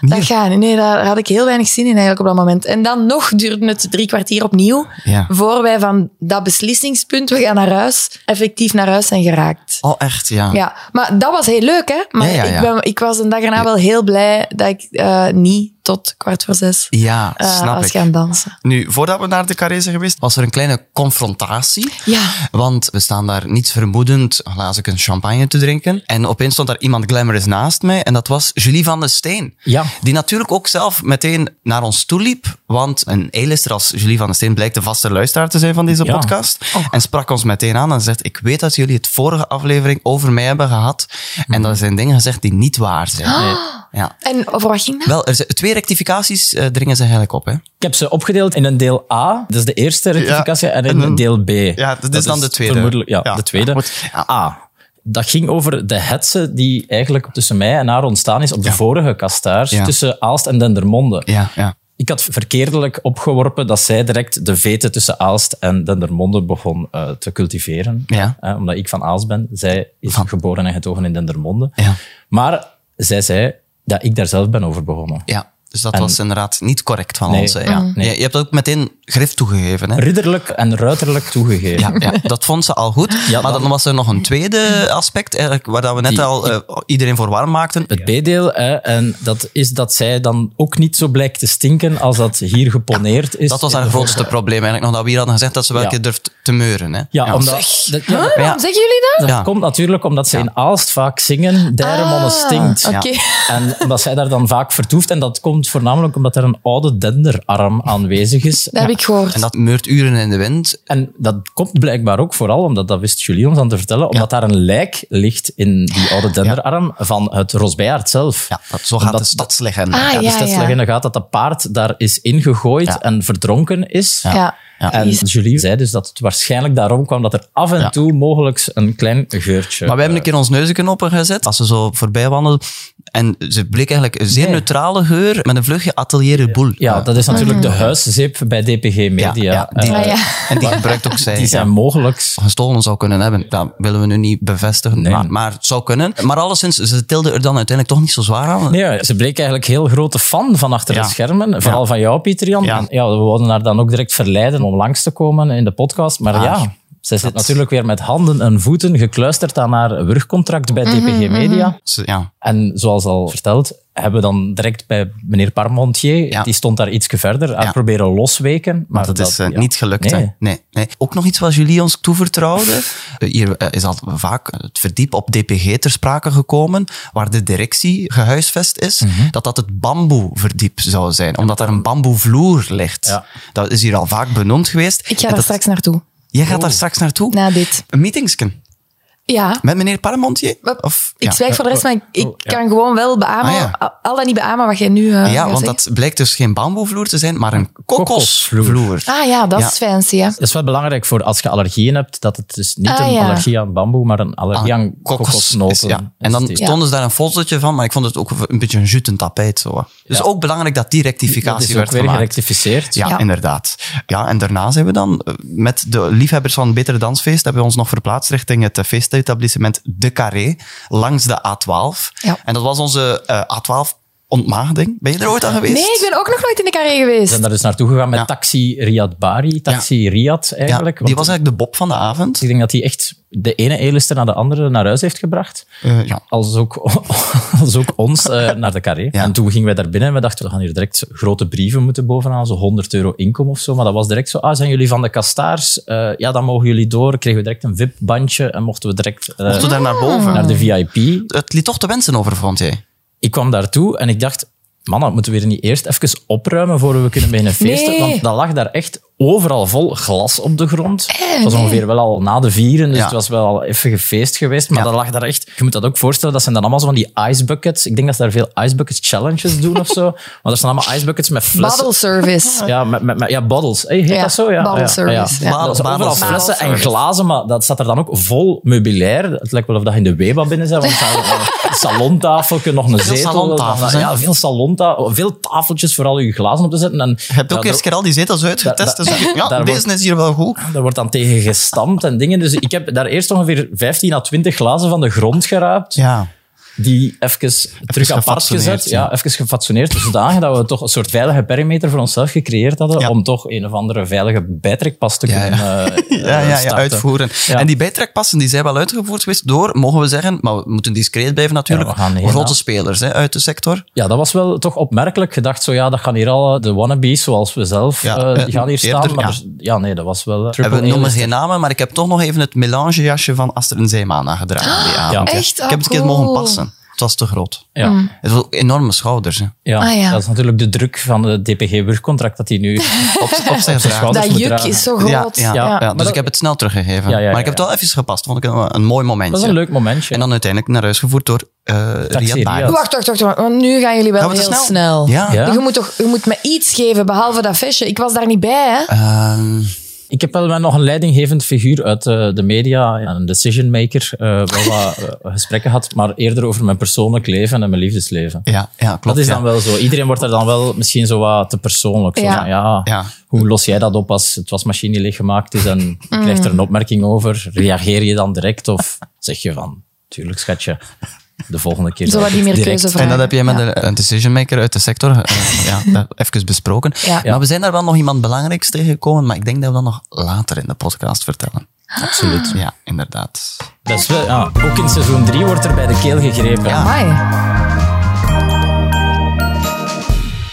[SPEAKER 7] dat gaat niet. Nee, daar had ik heel weinig zin in eigenlijk op dat moment. En dan nog duurde het drie kwartier opnieuw,
[SPEAKER 4] Ja.
[SPEAKER 7] voor wij van dat beslissingspunt, we gaan naar huis, effectief naar huis zijn geraakt.
[SPEAKER 4] Oh, echt, ja.
[SPEAKER 7] Ja, maar dat was heel leuk, hè? Maar
[SPEAKER 4] Ja, ja, ja.
[SPEAKER 7] Ik, ben, ik was een dag erna wel heel blij dat ik eh, niet tot kwart voor zes.
[SPEAKER 4] Ja,
[SPEAKER 7] eh,
[SPEAKER 4] snap
[SPEAKER 7] als
[SPEAKER 4] ik.
[SPEAKER 7] je aan het dansen.
[SPEAKER 4] Nu, voordat we naar de Carré zijn geweest, was er een kleine confrontatie.
[SPEAKER 7] Ja.
[SPEAKER 4] Want we staan daar niets vermoedend een glazen champagne te drinken. En opeens stond daar iemand glamorous naast mij. En dat was Julie van den Steen.
[SPEAKER 5] Ja.
[SPEAKER 4] Die natuurlijk ook zelf meteen naar ons toe liep. Want een A-lister als Julie van den Steen blijkt de vaste luisteraar te zijn van deze
[SPEAKER 5] Ja.
[SPEAKER 4] podcast. En sprak ons meteen aan en zegt, ik weet dat jullie het vorige aflevering over mij hebben gehad. En dat zijn dingen gezegd die niet waar zijn. Ja.
[SPEAKER 7] En over wat ging dat?
[SPEAKER 4] Wel, er zijn twee rectificaties eh, dringen ze eigenlijk op. Hè?
[SPEAKER 5] Ik heb ze opgedeeld in een deel A, dat is de eerste rectificatie, en in een deel B.
[SPEAKER 4] Ja, dat is dan de tweede.
[SPEAKER 5] Vermoedelijk, ja,
[SPEAKER 4] Ja.
[SPEAKER 5] de tweede.
[SPEAKER 4] Goed. Ja.
[SPEAKER 5] A. Dat ging over de hetze die eigenlijk tussen mij en haar ontstaan is op de vorige kastaars,
[SPEAKER 4] Ja.
[SPEAKER 5] tussen Aalst en Dendermonde.
[SPEAKER 4] Ja, ja.
[SPEAKER 5] Ik had verkeerdelijk opgeworpen dat zij direct de vete tussen Aalst en Dendermonde begon eh, te cultiveren.
[SPEAKER 4] Ja.
[SPEAKER 5] Eh, omdat ik van Aalst ben. Zij is geboren en getogen in Dendermonde.
[SPEAKER 4] Ja.
[SPEAKER 5] Maar zij zei dat ik daar zelf ben over begonnen.
[SPEAKER 4] Ja, dus dat
[SPEAKER 5] En-
[SPEAKER 4] was inderdaad niet correct van
[SPEAKER 5] Nee,
[SPEAKER 4] ons. hè, Ja.
[SPEAKER 5] mm. nee.
[SPEAKER 4] Je, je hebt dat ook meteen grif toegegeven. Hè?
[SPEAKER 5] Ridderlijk en ruiterlijk toegegeven.
[SPEAKER 4] Ja, ja, dat vond ze al goed. maar dan,
[SPEAKER 5] dan-
[SPEAKER 4] was er nog een tweede aspect, eigenlijk, waar dat we net
[SPEAKER 5] Die-
[SPEAKER 4] al eh, iedereen voor warm maakten.
[SPEAKER 5] Het B-deel, hè, en dat is dat zij dan ook niet zo blijkt te stinken als dat hier geponeerd is.
[SPEAKER 4] Dat was haar grootste probleem eigenlijk, nog dat we hier hadden gezegd dat ze wel een
[SPEAKER 5] Ja.
[SPEAKER 4] keer durft te meuren. Hè?
[SPEAKER 5] Ja, omdat... Dat, ja,
[SPEAKER 7] Huh? Waarom
[SPEAKER 4] Ja.
[SPEAKER 7] zeggen jullie dat?
[SPEAKER 5] dat
[SPEAKER 4] Ja.
[SPEAKER 5] komt natuurlijk omdat ze in Aalst vaak zingen, derde mannen stinkt.
[SPEAKER 4] Ja.
[SPEAKER 7] Ah, Oké.
[SPEAKER 5] En omdat zij daar dan vaak vertoeft. En dat komt voornamelijk omdat er een oude denderarm aanwezig is.
[SPEAKER 7] Dat heb ik gehoord.
[SPEAKER 4] En dat meurt uren in de wind.
[SPEAKER 5] En dat komt blijkbaar ook vooral, omdat dat wist Julie ons aan te vertellen, omdat daar een lijk ligt in die oude denderarm van het Rosbejaard zelf.
[SPEAKER 4] Ja, dat, zo gaat
[SPEAKER 5] Omdat
[SPEAKER 4] de stadslegende.
[SPEAKER 7] Ah,
[SPEAKER 5] Ja,
[SPEAKER 7] ja,
[SPEAKER 5] dus dat
[SPEAKER 7] ja.
[SPEAKER 5] legende gaat dat dat paard daar is ingegooid
[SPEAKER 4] Ja.
[SPEAKER 5] en verdronken is.
[SPEAKER 7] Ja.
[SPEAKER 5] En Julie zei dus dat het waarschijnlijk daarom kwam dat er af en
[SPEAKER 4] Ja.
[SPEAKER 5] toe mogelijk een klein geurtje...
[SPEAKER 4] Maar we hebben een keer ons neusje opengezet als ze zo voorbij wandelden. En ze bleek eigenlijk een zeer
[SPEAKER 5] Nee.
[SPEAKER 4] neutrale geur met een vlugje atelier de boel.
[SPEAKER 5] Ja, dat is natuurlijk
[SPEAKER 7] Mhm.
[SPEAKER 5] de huiszeep bij DPG Media.
[SPEAKER 4] Ja, ja, die,
[SPEAKER 5] Eh,
[SPEAKER 7] Ah, ja.
[SPEAKER 4] En die gebruikt ook zij.
[SPEAKER 5] die
[SPEAKER 4] ja.
[SPEAKER 5] zijn mogelijk...
[SPEAKER 4] gestolen zou kunnen hebben. Dat willen we nu niet bevestigen,
[SPEAKER 5] Nee.
[SPEAKER 4] maar, maar het zou kunnen. Maar alleszins, ze tilden er dan uiteindelijk toch niet zo zwaar aan.
[SPEAKER 5] Nee, eh, ze bleek eigenlijk heel grote fan van achter
[SPEAKER 4] Ja.
[SPEAKER 5] de schermen. Vooral van jou, Pieter Jan.
[SPEAKER 4] Ja.
[SPEAKER 5] En Ja, we wilden haar dan ook direct verleiden om langs te komen in de podcast.
[SPEAKER 4] Ah,
[SPEAKER 5] Maar ja, ze zit natuurlijk weer met handen en voeten gekluisterd aan haar wurgcontract bij
[SPEAKER 7] Mhm,
[SPEAKER 5] DPG Media.
[SPEAKER 4] Ze- Ja.
[SPEAKER 5] En zoals al verteld, hebben we dan direct bij meneer Parmentier,
[SPEAKER 4] Ja.
[SPEAKER 5] die stond daar iets verder, aan
[SPEAKER 4] Ja.
[SPEAKER 5] proberen losweken. Maar,
[SPEAKER 4] Dat, is eh,
[SPEAKER 5] ja.
[SPEAKER 4] niet gelukt.
[SPEAKER 5] Nee.
[SPEAKER 4] Hè? Nee, nee. Ook nog iets wat Julie ons toevertrouwde. Eh, Hier eh, is al vaak het verdiep op DPG ter sprake gekomen, waar de directie gehuisvest is,
[SPEAKER 5] Mhm.
[SPEAKER 4] dat dat het bamboeverdiep zou zijn, omdat er een bamboevloer ligt.
[SPEAKER 5] Ja.
[SPEAKER 4] Dat is hier al vaak benoemd geweest.
[SPEAKER 7] Ik ga
[SPEAKER 4] En
[SPEAKER 7] daar
[SPEAKER 4] dat-
[SPEAKER 7] straks naartoe.
[SPEAKER 4] Jij gaat
[SPEAKER 5] Oh.
[SPEAKER 4] daar straks naartoe?
[SPEAKER 7] Na dit.
[SPEAKER 4] Een meetingsken
[SPEAKER 7] Ja.
[SPEAKER 4] met meneer Paramontier?
[SPEAKER 7] Maar
[SPEAKER 4] Of-
[SPEAKER 7] Ik
[SPEAKER 4] ja.
[SPEAKER 7] zwijg voor de rest, maar ik, ik kan gewoon wel beamen,
[SPEAKER 4] Ah,
[SPEAKER 7] al- al dan niet beamen wat jij nu eh, gaat
[SPEAKER 4] Ja, want
[SPEAKER 7] zeggen.
[SPEAKER 4] dat blijkt dus geen bamboevloer te zijn, maar een kokosvloer.
[SPEAKER 7] Ah ja, dat
[SPEAKER 4] Ja.
[SPEAKER 7] is fancy, hè.
[SPEAKER 5] Dat is wel belangrijk voor als je allergieën hebt, dat het dus niet
[SPEAKER 7] Ah,
[SPEAKER 5] een
[SPEAKER 7] ja.
[SPEAKER 5] allergie aan bamboe, maar een allergie aan
[SPEAKER 4] kokos-
[SPEAKER 5] kokosnoten. Dus
[SPEAKER 4] ja. En dan
[SPEAKER 5] is.
[SPEAKER 4] stonden ze daar een fotootje van, maar ik vond het ook een beetje een jutend tapijt. Zo. Dus ook belangrijk dat die
[SPEAKER 5] dat
[SPEAKER 4] rectificatie
[SPEAKER 5] is ook
[SPEAKER 4] werd
[SPEAKER 5] weer
[SPEAKER 4] gemaakt.
[SPEAKER 5] gerectificeerd.
[SPEAKER 4] Ja, inderdaad. Ja, en daarna zijn we dan eh, met de liefhebbers van Beter Dansfeest hebben we ons nog verplaatst richting het eh, feestetablissement De Carré, langs de A12.
[SPEAKER 7] Ja.
[SPEAKER 4] En dat was onze eh, A12 ontmaagding. Ben je er ooit aan geweest?
[SPEAKER 7] Nee, ik ben ook nog nooit in de carré
[SPEAKER 5] We zijn
[SPEAKER 7] geweest.
[SPEAKER 5] daar dus naartoe gegaan met
[SPEAKER 4] Ja.
[SPEAKER 5] Taxi Riyad Bari, Taxi Riyad
[SPEAKER 4] ja,
[SPEAKER 5] eigenlijk.
[SPEAKER 4] die
[SPEAKER 5] want
[SPEAKER 4] was eigenlijk de bob van de avond.
[SPEAKER 5] ik denk dat hij echt de ene elister naar de andere naar huis heeft gebracht.
[SPEAKER 4] Eh, ja.
[SPEAKER 5] als ook, als ook ons eh, naar de carré. En toen gingen wij daar binnen en we dachten, we gaan hier direct grote brieven moeten bovenaan, zo 100 euro inkomen of zo. Maar dat was direct zo, ah, zijn jullie van de kastaars? Eh, ja, dan mogen jullie door. Kregen we direct een VIP-bandje en mochten we direct eh,
[SPEAKER 4] Mochten we daar naar boven?
[SPEAKER 5] naar de VIP.
[SPEAKER 4] Het liet toch te wensen over, vond jij?
[SPEAKER 5] Ik kwam daartoe en ik dacht, mannen, moeten we hier niet eerst even opruimen voor we kunnen beginnen feesten?
[SPEAKER 7] Nee.
[SPEAKER 5] Want dat lag daar echt overal vol glas op de grond. het was ongeveer wel al na de vieren, dus
[SPEAKER 4] Ja.
[SPEAKER 5] het was wel al even gefeest geweest. Maar dat lag daar echt... Je moet dat ook voorstellen, dat zijn dan allemaal zo van die icebuckets. Ik denk dat ze daar veel icebuckets challenges doen of zo. Want er zijn allemaal icebuckets met flessen.
[SPEAKER 7] Bottle service.
[SPEAKER 5] Ja, met, met, met- ja, bottles. Hey, heet
[SPEAKER 7] Ja,
[SPEAKER 5] dat zo? Ja,
[SPEAKER 7] bottle
[SPEAKER 5] ja,
[SPEAKER 7] service, ja.
[SPEAKER 5] Dat
[SPEAKER 4] Bottle-
[SPEAKER 5] is overal
[SPEAKER 4] bottle
[SPEAKER 5] flessen en
[SPEAKER 4] service.
[SPEAKER 5] glazen, maar dat staat er dan ook vol meubilair. Het lijkt wel of dat je in de Weba binnen zijn, want er staat een salontafeltje, nog een
[SPEAKER 4] Veel
[SPEAKER 5] zetel.
[SPEAKER 4] salontafels, hè?
[SPEAKER 5] ja, veel salonta, veel tafeltjes voor al je glazen op te zetten. En
[SPEAKER 4] Je hebt ook
[SPEAKER 5] ja,
[SPEAKER 4] eerst keer al die zetels uitgetest.
[SPEAKER 5] Da- da-
[SPEAKER 4] dus ik- ja,
[SPEAKER 5] daar
[SPEAKER 4] deze
[SPEAKER 5] wordt-
[SPEAKER 4] is hier wel goed.
[SPEAKER 5] er wordt dan tegen gestampt en dingen. Dus ik heb daar eerst ongeveer 15 à 20 glazen van de grond geraapt.
[SPEAKER 4] Ja.
[SPEAKER 5] die even terug apart
[SPEAKER 4] gefatsoeneerd,
[SPEAKER 5] gezet. Ja, even gefatsoeneerd. Zodanig dat we toch een soort veilige perimeter voor onszelf gecreëerd hadden
[SPEAKER 4] Ja.
[SPEAKER 5] om toch een of andere veilige bijtrekpas te
[SPEAKER 4] Ja, ja.
[SPEAKER 5] kunnen eh,
[SPEAKER 4] Ja, ja, ja,
[SPEAKER 5] starten.
[SPEAKER 4] uitvoeren.
[SPEAKER 5] Ja.
[SPEAKER 4] En die bijtrekpassen die zijn wel uitgevoerd geweest door, mogen we zeggen, maar we moeten discreet blijven natuurlijk,
[SPEAKER 5] Ja, we gaan niet,
[SPEAKER 4] grote
[SPEAKER 5] ja.
[SPEAKER 4] spelers hè, uit de sector.
[SPEAKER 5] Ja, dat was wel toch opmerkelijk. Gedacht zo, ja, dat gaan hier al eh, de wannabes zoals we zelf,
[SPEAKER 4] Ja,
[SPEAKER 5] eh, die
[SPEAKER 4] eh,
[SPEAKER 5] gaan hier
[SPEAKER 4] eerder,
[SPEAKER 5] staan. Maar
[SPEAKER 4] ja.
[SPEAKER 5] dus- ja. nee, dat was wel... eh,
[SPEAKER 4] we
[SPEAKER 5] triple
[SPEAKER 4] noemen
[SPEAKER 5] A-list.
[SPEAKER 4] geen namen, maar ik heb toch nog even het melangejasje van Astrid en Zeeman aangedragen die avond.
[SPEAKER 5] Ja.
[SPEAKER 4] hè.
[SPEAKER 7] Echt?
[SPEAKER 4] Ik heb het een keer
[SPEAKER 7] Ah, cool.
[SPEAKER 4] mogen passen. Het was te groot.
[SPEAKER 5] Ja.
[SPEAKER 4] Het was ook enorme schouders. Hè.
[SPEAKER 5] Ja,
[SPEAKER 7] Mm. Ah, ja.
[SPEAKER 5] dat is natuurlijk de druk van het DPG-burgcontract dat hij nu op,
[SPEAKER 4] Op zijn draad.
[SPEAKER 5] schouders
[SPEAKER 7] Dat
[SPEAKER 5] moet
[SPEAKER 7] juk
[SPEAKER 5] dragen.
[SPEAKER 7] is zo
[SPEAKER 4] Ja,
[SPEAKER 7] groot.
[SPEAKER 4] ja,
[SPEAKER 5] Ja,
[SPEAKER 4] ja.
[SPEAKER 5] maar
[SPEAKER 4] dus
[SPEAKER 5] dat-
[SPEAKER 4] ik heb het snel teruggegeven.
[SPEAKER 5] Ja, ja, ja,
[SPEAKER 4] maar ik heb het
[SPEAKER 5] ja.
[SPEAKER 4] wel even gepast. Vond ik een, een mooi momentje.
[SPEAKER 5] Dat is een leuk momentje.
[SPEAKER 4] En dan uiteindelijk naar huis gevoerd door eh Riyad
[SPEAKER 5] Riyad.
[SPEAKER 4] Bareilles.
[SPEAKER 7] Wacht, wacht, wacht, wacht, want nu gaan jullie wel
[SPEAKER 4] Gaan we te
[SPEAKER 7] heel snel.
[SPEAKER 4] snel? Ja.
[SPEAKER 5] Ja.
[SPEAKER 7] Je moet toch, je moet me iets geven behalve dat vestje. Ik was daar niet bij, hè?
[SPEAKER 4] Ehm,
[SPEAKER 5] Ik heb wel wel nog een leidinggevend figuur uit eh, de media, een decision maker, eh, wel wat eh, gesprekken had, maar eerder over mijn persoonlijk leven en mijn liefdesleven.
[SPEAKER 4] ja, ja, klopt.
[SPEAKER 5] Dat is
[SPEAKER 4] ja.
[SPEAKER 5] dan wel zo. Iedereen wordt er dan wel misschien zo wat te persoonlijk. Zo
[SPEAKER 7] Ja.
[SPEAKER 5] van, ja,
[SPEAKER 4] Ja.
[SPEAKER 5] Hoe los jij dat op als het wasmachine niet leeggemaakt is en je
[SPEAKER 7] Mm.
[SPEAKER 5] krijgt er een opmerking over? Reageer je dan direct of zeg je van, tuurlijk schatje, de volgende keer
[SPEAKER 7] Zo
[SPEAKER 5] zal
[SPEAKER 7] wat
[SPEAKER 5] ik
[SPEAKER 7] die
[SPEAKER 5] het
[SPEAKER 7] meer
[SPEAKER 5] direct-
[SPEAKER 7] keuzevragen.
[SPEAKER 4] En dat heb jij met een- een decision maker uit de sector eh, ja, daar even besproken.
[SPEAKER 7] Ja.
[SPEAKER 4] Maar we zijn daar wel nog iemand belangrijks tegengekomen, maar ik denk dat we dat nog later in de podcast vertellen. Absoluut. Ja, inderdaad.
[SPEAKER 5] Dat is wel, ja, ook in seizoen 3 wordt er bij de keel gegrepen.
[SPEAKER 7] Amai.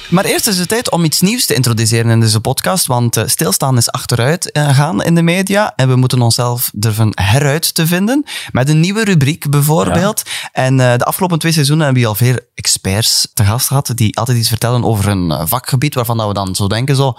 [SPEAKER 4] Maar eerst is het tijd om iets nieuws te introduceren in deze podcast, want eh, stilstaan is achteruit eh, gaan in de media en we moeten onszelf durven heruit te vinden met een nieuwe rubriek bijvoorbeeld. En eh, de afgelopen twee seizoenen hebben we al veel experts te gast gehad die altijd iets vertellen over hun eh, vakgebied waarvan dat we dan zo denken zo...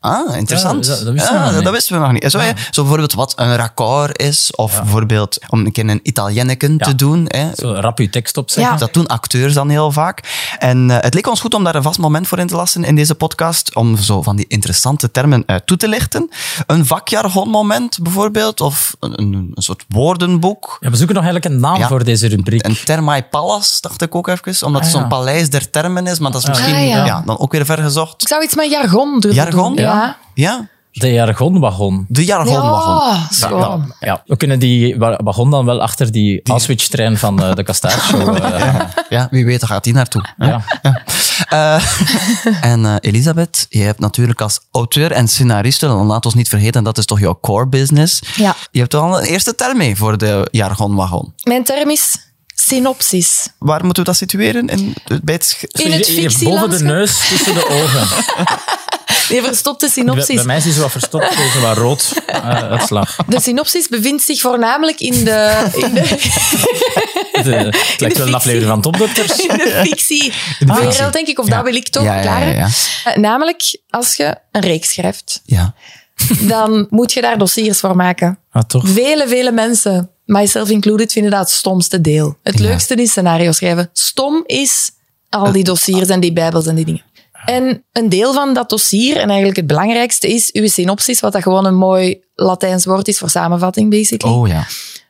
[SPEAKER 4] Ah, interessant.
[SPEAKER 5] Ja, dat- dat wisten we
[SPEAKER 4] Ja,
[SPEAKER 5] nog niet.
[SPEAKER 4] dat wisten we nog niet. Zo, hè, zo bijvoorbeeld wat een raccord is, of bijvoorbeeld om een keer een Italienneken te doen. Hè,
[SPEAKER 5] Zo rap je tekst opzeggen.
[SPEAKER 4] dat doen acteurs dan heel vaak. En eh, het leek ons goed om daar een vast moment voor in te lassen in deze podcast, om zo van die interessante termen eh, toe te lichten. Een vakjargonmoment bijvoorbeeld, of een, een, een soort woordenboek.
[SPEAKER 5] Ja, we zoeken nog eigenlijk een naam
[SPEAKER 4] Ja.
[SPEAKER 5] voor deze rubriek.
[SPEAKER 4] Een Thermae Palace, dacht ik ook even, omdat
[SPEAKER 5] Ah,
[SPEAKER 4] het zo'n
[SPEAKER 5] ja.
[SPEAKER 4] paleis der termen is, maar dat is misschien
[SPEAKER 7] Ah,
[SPEAKER 4] ja.
[SPEAKER 7] ja.
[SPEAKER 4] dan ook weer ver gezocht.
[SPEAKER 7] Ik zou iets met jargon durven
[SPEAKER 4] Jargon?
[SPEAKER 7] doen. Ja.
[SPEAKER 4] Ja,
[SPEAKER 5] De jargonwagon.
[SPEAKER 4] de jargonwagon.
[SPEAKER 7] Ja, zo.
[SPEAKER 5] Ja, we kunnen die wa- wagon dan wel achter die Auschwitz-trein van eh, de Kastaartshow. eh,
[SPEAKER 4] Ja. wie weet, daar gaat die naartoe.
[SPEAKER 5] ja.
[SPEAKER 4] Eh, en eh, Elisabeth, je hebt natuurlijk als auteur en scenariste, dan laat ons niet vergeten, dat is toch jouw core business.
[SPEAKER 7] Ja.
[SPEAKER 4] Je hebt al een eerste term mee voor de jargonwagon.
[SPEAKER 7] Mijn term is synopsis.
[SPEAKER 4] Waar moeten we dat situeren? In, eh, bij het sch-
[SPEAKER 7] In het
[SPEAKER 5] Hier- hier Boven de
[SPEAKER 7] fictielandschap?
[SPEAKER 5] neus, tussen de ogen.
[SPEAKER 7] Je verstopt de
[SPEAKER 5] Bij, bij
[SPEAKER 7] synopsis.
[SPEAKER 5] mij is die zo wat verstopt, deze wat rood eh uitslag.
[SPEAKER 7] De synopsis bevindt zich voornamelijk in de, in de,
[SPEAKER 5] De, het lijkt wel een aflevering van Topdokters.
[SPEAKER 7] in de fictiewereld, denk ik. Of dat wil ik toch,
[SPEAKER 4] Ja, ja, ja,
[SPEAKER 7] Karen?
[SPEAKER 4] ja.
[SPEAKER 7] Eh, Namelijk, als je een reeks schrijft,
[SPEAKER 4] Ja.
[SPEAKER 7] dan moet je daar dossiers voor maken.
[SPEAKER 5] Ah, toch?
[SPEAKER 7] Vele, vele mensen, myself included, vinden dat het stomste deel. Het
[SPEAKER 4] Ja.
[SPEAKER 7] leukste is scenario schrijven. Stom is al die dossiers en die bijbels en die dingen. En een deel van dat dossier, en eigenlijk het belangrijkste, is uw synopsis, wat dat gewoon een mooi Latijns woord is voor samenvatting, basically.
[SPEAKER 4] Oh ja.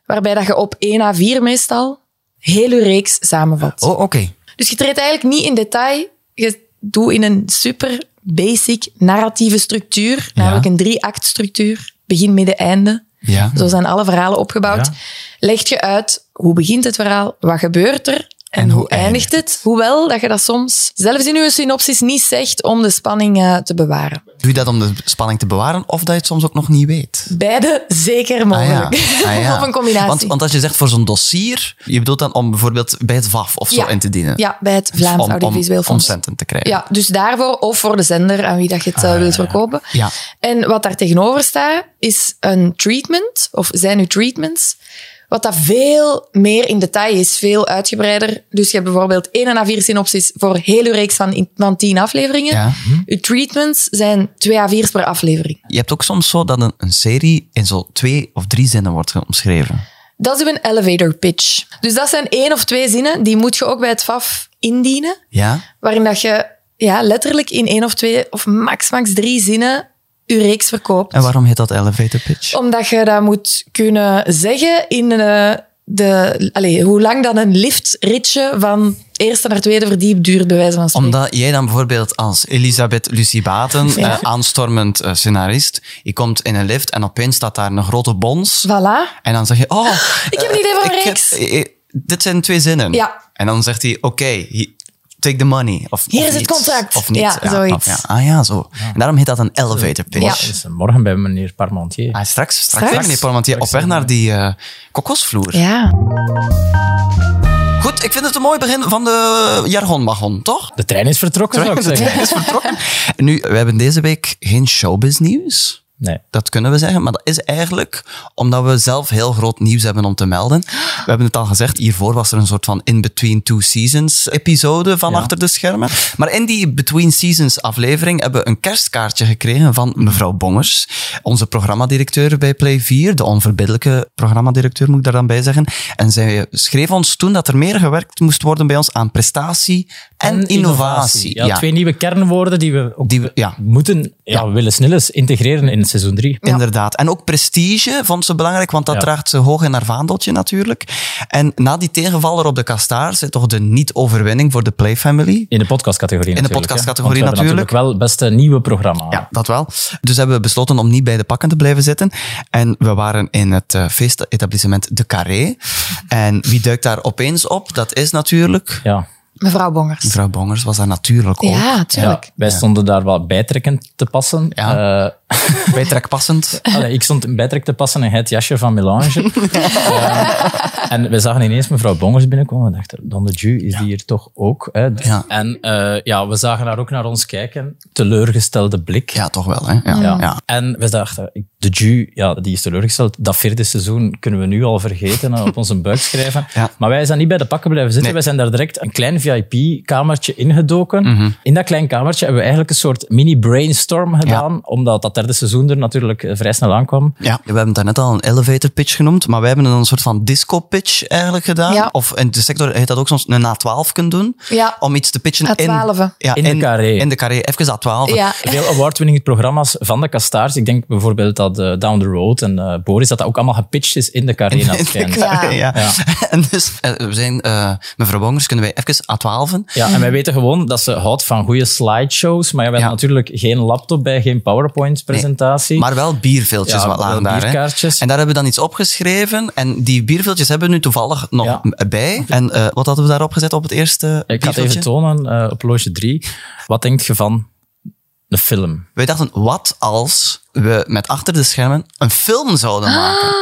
[SPEAKER 7] Waarbij dat je op 1 A4 meestal heel je reeks samenvat.
[SPEAKER 4] Oh, oké.
[SPEAKER 7] Dus je treedt eigenlijk niet in detail. Je doet in een super basic narratieve structuur, namelijk een drie-act structuur. Begin, midden, einde.
[SPEAKER 4] Ja.
[SPEAKER 7] Zo zijn alle verhalen opgebouwd.
[SPEAKER 5] Ja.
[SPEAKER 7] Leg je uit hoe begint het verhaal, wat gebeurt er en,
[SPEAKER 4] En
[SPEAKER 7] hoe,
[SPEAKER 4] hoe eindigt
[SPEAKER 7] eindigt het? Hoewel dat je dat soms zelfs in je synopsis niet zegt om de spanning eh, te bewaren.
[SPEAKER 4] Doe je dat om de spanning te bewaren of dat je het soms ook nog niet weet?
[SPEAKER 7] Beide zeker mogelijk.
[SPEAKER 4] Ah, ja.
[SPEAKER 7] of een combinatie.
[SPEAKER 4] Want, want als je zegt voor zo'n dossier, je bedoelt dan om bijvoorbeeld bij het VAF of zo
[SPEAKER 7] Ja.
[SPEAKER 4] in te dienen. Dus
[SPEAKER 7] ja, bij het Vlaams
[SPEAKER 4] om,
[SPEAKER 7] Audiovisueel
[SPEAKER 4] om, om
[SPEAKER 7] Fonds.
[SPEAKER 4] centen te krijgen.
[SPEAKER 7] Ja, dus daarvoor of voor de zender aan wie dat je het eh, wilt verkopen.
[SPEAKER 4] Ja.
[SPEAKER 7] En wat daar tegenover staat, is een treatment, of zijn uw treatments, wat dat veel meer in detail is, veel uitgebreider. Dus je hebt bijvoorbeeld één à vier synopsis voor heel uw reeks van, in- van tien afleveringen.
[SPEAKER 4] Ja. mhm.
[SPEAKER 7] Uw treatments zijn twee à vier per aflevering.
[SPEAKER 4] Je hebt ook soms zo dat een, een serie in zo twee of drie zinnen wordt omschreven.
[SPEAKER 7] Dat is uw elevator pitch. Dus dat zijn één of twee zinnen, die moet je ook bij het FAF indienen.
[SPEAKER 4] Ja?
[SPEAKER 7] waarin dat je ja, letterlijk in één of twee of max max drie zinnen je reeks verkoopt.
[SPEAKER 4] En waarom heet dat elevator pitch?
[SPEAKER 7] Omdat je dat moet kunnen zeggen in eh, de... Allez, hoe lang dan een liftritje van eerste naar tweede verdiep duurt, bij wijze van spreken.
[SPEAKER 4] Omdat jij dan bijvoorbeeld als Elisabeth Lucie Baten, eh, aanstormend eh, scenarist, je komt in een lift en opeens staat daar een grote bons.
[SPEAKER 7] Voilà.
[SPEAKER 4] En dan zeg je, oh...
[SPEAKER 7] Ik heb een idee voor een
[SPEAKER 4] ik heb-
[SPEAKER 7] reeks.
[SPEAKER 4] eh, eh, dit zijn twee zinnen.
[SPEAKER 7] Ja.
[SPEAKER 4] En dan zegt hij, oké, he- take the money. Of,
[SPEAKER 7] Hier
[SPEAKER 4] of
[SPEAKER 7] is het
[SPEAKER 4] niet.
[SPEAKER 7] contract.
[SPEAKER 4] Of niet.
[SPEAKER 7] Ja,
[SPEAKER 4] snap
[SPEAKER 7] zoiets.
[SPEAKER 4] je. Ah ja, zo. En daarom heet dat een elevator pitch.
[SPEAKER 7] Ja.
[SPEAKER 5] Dat is morgen bij meneer Parmentier.
[SPEAKER 4] Ah, straks, straks,
[SPEAKER 7] Straks.
[SPEAKER 4] meneer Parmentier, op
[SPEAKER 5] Straks
[SPEAKER 4] weg
[SPEAKER 5] zijn we-
[SPEAKER 4] naar die eh, kokosvloer.
[SPEAKER 7] Ja.
[SPEAKER 4] Goed, ik vind het een mooi begin van de jargonwagon, toch?
[SPEAKER 5] De trein is vertrokken, zou
[SPEAKER 4] De
[SPEAKER 5] ik zeggen.
[SPEAKER 4] trein is vertrokken. Nu, we hebben deze week geen showbiz nieuws.
[SPEAKER 5] Nee.
[SPEAKER 4] Dat kunnen we zeggen, maar dat is eigenlijk omdat we zelf heel groot nieuws hebben om te melden. We hebben het al gezegd, hiervoor was er een soort van in-between two seasons episode van achter de schermen. Maar in die between seasons aflevering hebben we een kerstkaartje gekregen van mevrouw Bongers, onze programmadirecteur bij Play 4, de onverbiddelijke programmadirecteur moet ik daar dan bij zeggen. En zij schreef ons toen dat er meer gewerkt moest worden bij ons aan prestatie en, innovatie.
[SPEAKER 5] Ja, Twee nieuwe kernwoorden die we ook
[SPEAKER 4] Die we- ja.
[SPEAKER 5] moeten, ja, willen snilles integreren in seizoen 3.
[SPEAKER 4] Inderdaad. En ook prestige vond ze belangrijk, want dat
[SPEAKER 5] Ja.
[SPEAKER 4] draagt ze hoog in haar vaandeltje natuurlijk. En na die tegenvaller op de kastaar zit toch de niet-overwinning voor de Play Family.
[SPEAKER 5] In de podcastcategorie
[SPEAKER 4] de
[SPEAKER 5] natuurlijk, hè.
[SPEAKER 4] podcastcategorie
[SPEAKER 5] Want we hebben
[SPEAKER 4] natuurlijk.
[SPEAKER 5] natuurlijk wel best een nieuwe programma.
[SPEAKER 4] Ja, dat wel. Dus hebben we besloten om niet bij de pakken te blijven zitten. En we waren in het eh, feestetablissement De Carré. En wie duikt daar opeens op? Dat is natuurlijk...
[SPEAKER 5] Ja.
[SPEAKER 7] Mevrouw Bongers.
[SPEAKER 4] Mevrouw Bongers was daar natuurlijk ook.
[SPEAKER 7] Ja, tuurlijk.
[SPEAKER 5] Ja, wij stonden daar wel bijtrekkend te passen.
[SPEAKER 4] Ja.
[SPEAKER 5] Eh,
[SPEAKER 4] Bijtrekpassend.
[SPEAKER 5] Allee, ik stond een bijtrek te passen en hij het jasje van Melange. Eh, en we zagen ineens mevrouw Bongers binnenkomen en dachten, Don de Ju is die hier toch ook. Hè?
[SPEAKER 4] Ja.
[SPEAKER 5] En eh, ja, we zagen haar ook naar ons kijken. Teleurgestelde blik.
[SPEAKER 4] Ja, toch wel. Hè? Ja.
[SPEAKER 5] Ja.
[SPEAKER 4] Ja.
[SPEAKER 5] En we dachten, ik- de Ju, ja, die is teleurgesteld. Dat vierde seizoen kunnen we nu al vergeten en op onze buik schrijven.
[SPEAKER 4] Ja.
[SPEAKER 5] Maar wij zijn niet bij de pakken blijven zitten.
[SPEAKER 4] Nee.
[SPEAKER 5] Wij zijn daar direct een klein VIP-kamertje ingedoken.
[SPEAKER 4] Mhm.
[SPEAKER 5] In dat klein kamertje hebben we eigenlijk een soort mini-brainstorm gedaan. Omdat dat derde seizoen er natuurlijk eh, vrij snel aankwam.
[SPEAKER 4] Ja, we hebben het net al een elevator pitch genoemd, maar wij hebben een soort van disco pitch eigenlijk gedaan.
[SPEAKER 7] Ja.
[SPEAKER 4] Of in de sector heet dat ook soms een A12 kunnen doen.
[SPEAKER 7] Ja.
[SPEAKER 4] Om iets te pitchen in,
[SPEAKER 7] A12.
[SPEAKER 4] ja,
[SPEAKER 5] In de carré.
[SPEAKER 4] In de carré, even A12.
[SPEAKER 7] Ja.
[SPEAKER 5] Veel award-winning programma's van de Kastaars. Ik denk bijvoorbeeld dat eh, Down the Road en eh, Boris, dat dat ook allemaal gepitcht is in de Carré. naar het
[SPEAKER 4] In de
[SPEAKER 5] schijnt.
[SPEAKER 4] carré, ja.
[SPEAKER 5] Ja.
[SPEAKER 4] En dus, eh, we zijn, eh, mevrouw Bongers, kunnen wij even A12'en?
[SPEAKER 5] Ja, en wij weten gewoon dat ze houdt van goede slideshows, maar ja, we
[SPEAKER 4] Ja.
[SPEAKER 5] hebben natuurlijk geen laptop bij, geen PowerPoint-presentatie.
[SPEAKER 4] Maar wel bierviltjes
[SPEAKER 5] Ja,
[SPEAKER 4] wat lagen
[SPEAKER 5] wel
[SPEAKER 4] daar. Hè.
[SPEAKER 5] bierkaartjes.
[SPEAKER 4] En daar hebben we dan iets opgeschreven. En die bierviltjes hebben we nu toevallig nog
[SPEAKER 5] Ja.
[SPEAKER 4] m- bij. En eh, wat hadden we daarop gezet op het eerste
[SPEAKER 5] Ik ga het even
[SPEAKER 4] bierviltje?
[SPEAKER 5] tonen eh, op loge 3. Wat denkt je van de film?
[SPEAKER 4] Wij dachten, wat als we met achter de schermen een film
[SPEAKER 7] Ah.
[SPEAKER 4] zouden maken?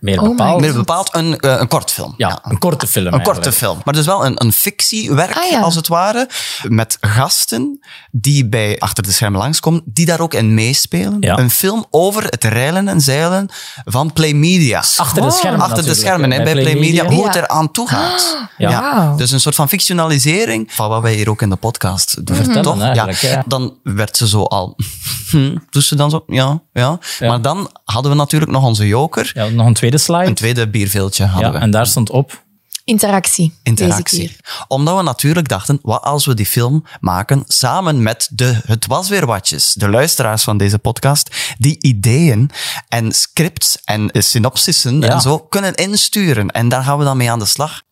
[SPEAKER 5] Meer bepaald.
[SPEAKER 7] Oh.
[SPEAKER 4] Meer bepaald een, eh, een kort film.
[SPEAKER 5] ja, een korte film.
[SPEAKER 4] Een korte
[SPEAKER 5] eigenlijk.
[SPEAKER 4] film. Maar dus wel een, een fictiewerk,
[SPEAKER 7] Ah, ja.
[SPEAKER 4] als het ware. Met gasten die bij achter de schermen langskomen, die daar ook in meespelen.
[SPEAKER 5] Ja.
[SPEAKER 4] Een film over het reilen en zeilen van Play Media.
[SPEAKER 5] Achter de schermen.
[SPEAKER 4] Ah, Achter de
[SPEAKER 5] natuurlijk,
[SPEAKER 4] schermen,
[SPEAKER 5] hè,
[SPEAKER 4] hè, bij Play Media. Hoe het
[SPEAKER 7] Ja.
[SPEAKER 4] er aan toe gaat.
[SPEAKER 5] Ja.
[SPEAKER 4] Dus een soort van fictionalisering van wat wij hier ook in de podcast doen.
[SPEAKER 5] Vertellen
[SPEAKER 4] toch?
[SPEAKER 5] Mhm. eigenlijk, hè.
[SPEAKER 4] Dan werd ze zo al... dus ze dan zo... Ja, ja, Maar dan hadden we natuurlijk nog onze joker.
[SPEAKER 5] Ja, nog een tweede slide.
[SPEAKER 4] Een tweede bierveeltje hadden
[SPEAKER 5] ja,
[SPEAKER 4] we.
[SPEAKER 5] en daar stond op.
[SPEAKER 7] Interactie. Deze
[SPEAKER 4] interactie.
[SPEAKER 7] keer.
[SPEAKER 4] Omdat we natuurlijk dachten, wat als we die film maken samen met de Het Was Weer Watjes, de luisteraars van deze podcast, die ideeën en scripts en eh, synopsissen
[SPEAKER 5] Ja.
[SPEAKER 4] en zo kunnen insturen. En daar gaan we dan mee aan de slag.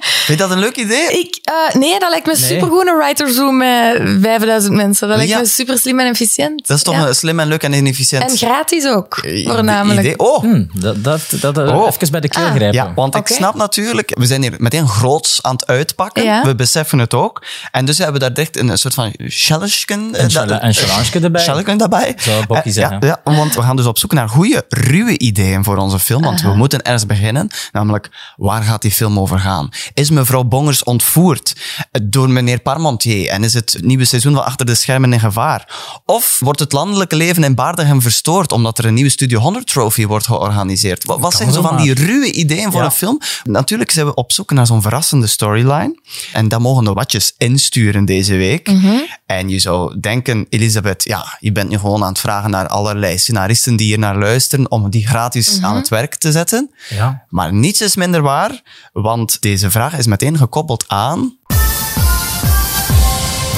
[SPEAKER 4] Vind je dat een leuk idee?
[SPEAKER 7] Ik, eh, nee, dat lijkt me
[SPEAKER 5] Nee.
[SPEAKER 7] supergoed, een writerzoom met 5000 mensen. Dat lijkt
[SPEAKER 4] Ja.
[SPEAKER 7] me super slim en efficiënt.
[SPEAKER 4] Dat is toch
[SPEAKER 7] Ja.
[SPEAKER 4] een slim en leuk en
[SPEAKER 7] En
[SPEAKER 4] inefficiënt
[SPEAKER 7] gratis ook, voornamelijk.
[SPEAKER 4] idee. Oh,
[SPEAKER 5] Hm, dat, dat, dat, dat-
[SPEAKER 4] Oh.
[SPEAKER 5] Even bij de keel grijpen.
[SPEAKER 4] Ja, want
[SPEAKER 7] Oké.
[SPEAKER 4] ik snap natuurlijk, we zijn hier meteen groots aan het uitpakken.
[SPEAKER 7] Ja.
[SPEAKER 4] We beseffen het ook. En dus hebben we daar direct een soort van eh, challenge.
[SPEAKER 5] En challa- en challenge erbij.
[SPEAKER 4] Shall ik hem daarbij?
[SPEAKER 5] Zou Bokkie
[SPEAKER 4] Eh,
[SPEAKER 5] zeggen.
[SPEAKER 4] Ja, ja, want we gaan dus op zoek naar goede, ruwe ideeën voor onze film. Want we moeten ergens beginnen. Namelijk, waar gaat die film over gaan? Is mevrouw Bongers ontvoerd door meneer Parmentier? En is het nieuwe seizoen van Achter de Schermen in gevaar? Of wordt het landelijke leven in Baardigem verstoord omdat er een nieuwe Studio 100 Trophy wordt georganiseerd? Wat, wat zijn zo van
[SPEAKER 5] zomaar.
[SPEAKER 4] die ruwe ideeën voor
[SPEAKER 5] Ja.
[SPEAKER 4] een film? Natuurlijk zijn we op zoek naar zo'n verrassende storyline. En dat mogen de watjes insturen deze week.
[SPEAKER 5] Mhm.
[SPEAKER 4] En je zou denken, Elisabeth, ja, je bent nu gewoon aan het vragen naar allerlei scenaristen die hier naar luisteren om die gratis aan het werk te zetten.
[SPEAKER 5] Mhm. Ja.
[SPEAKER 4] Maar niets is minder waar, want deze vraag is meteen gekoppeld aan.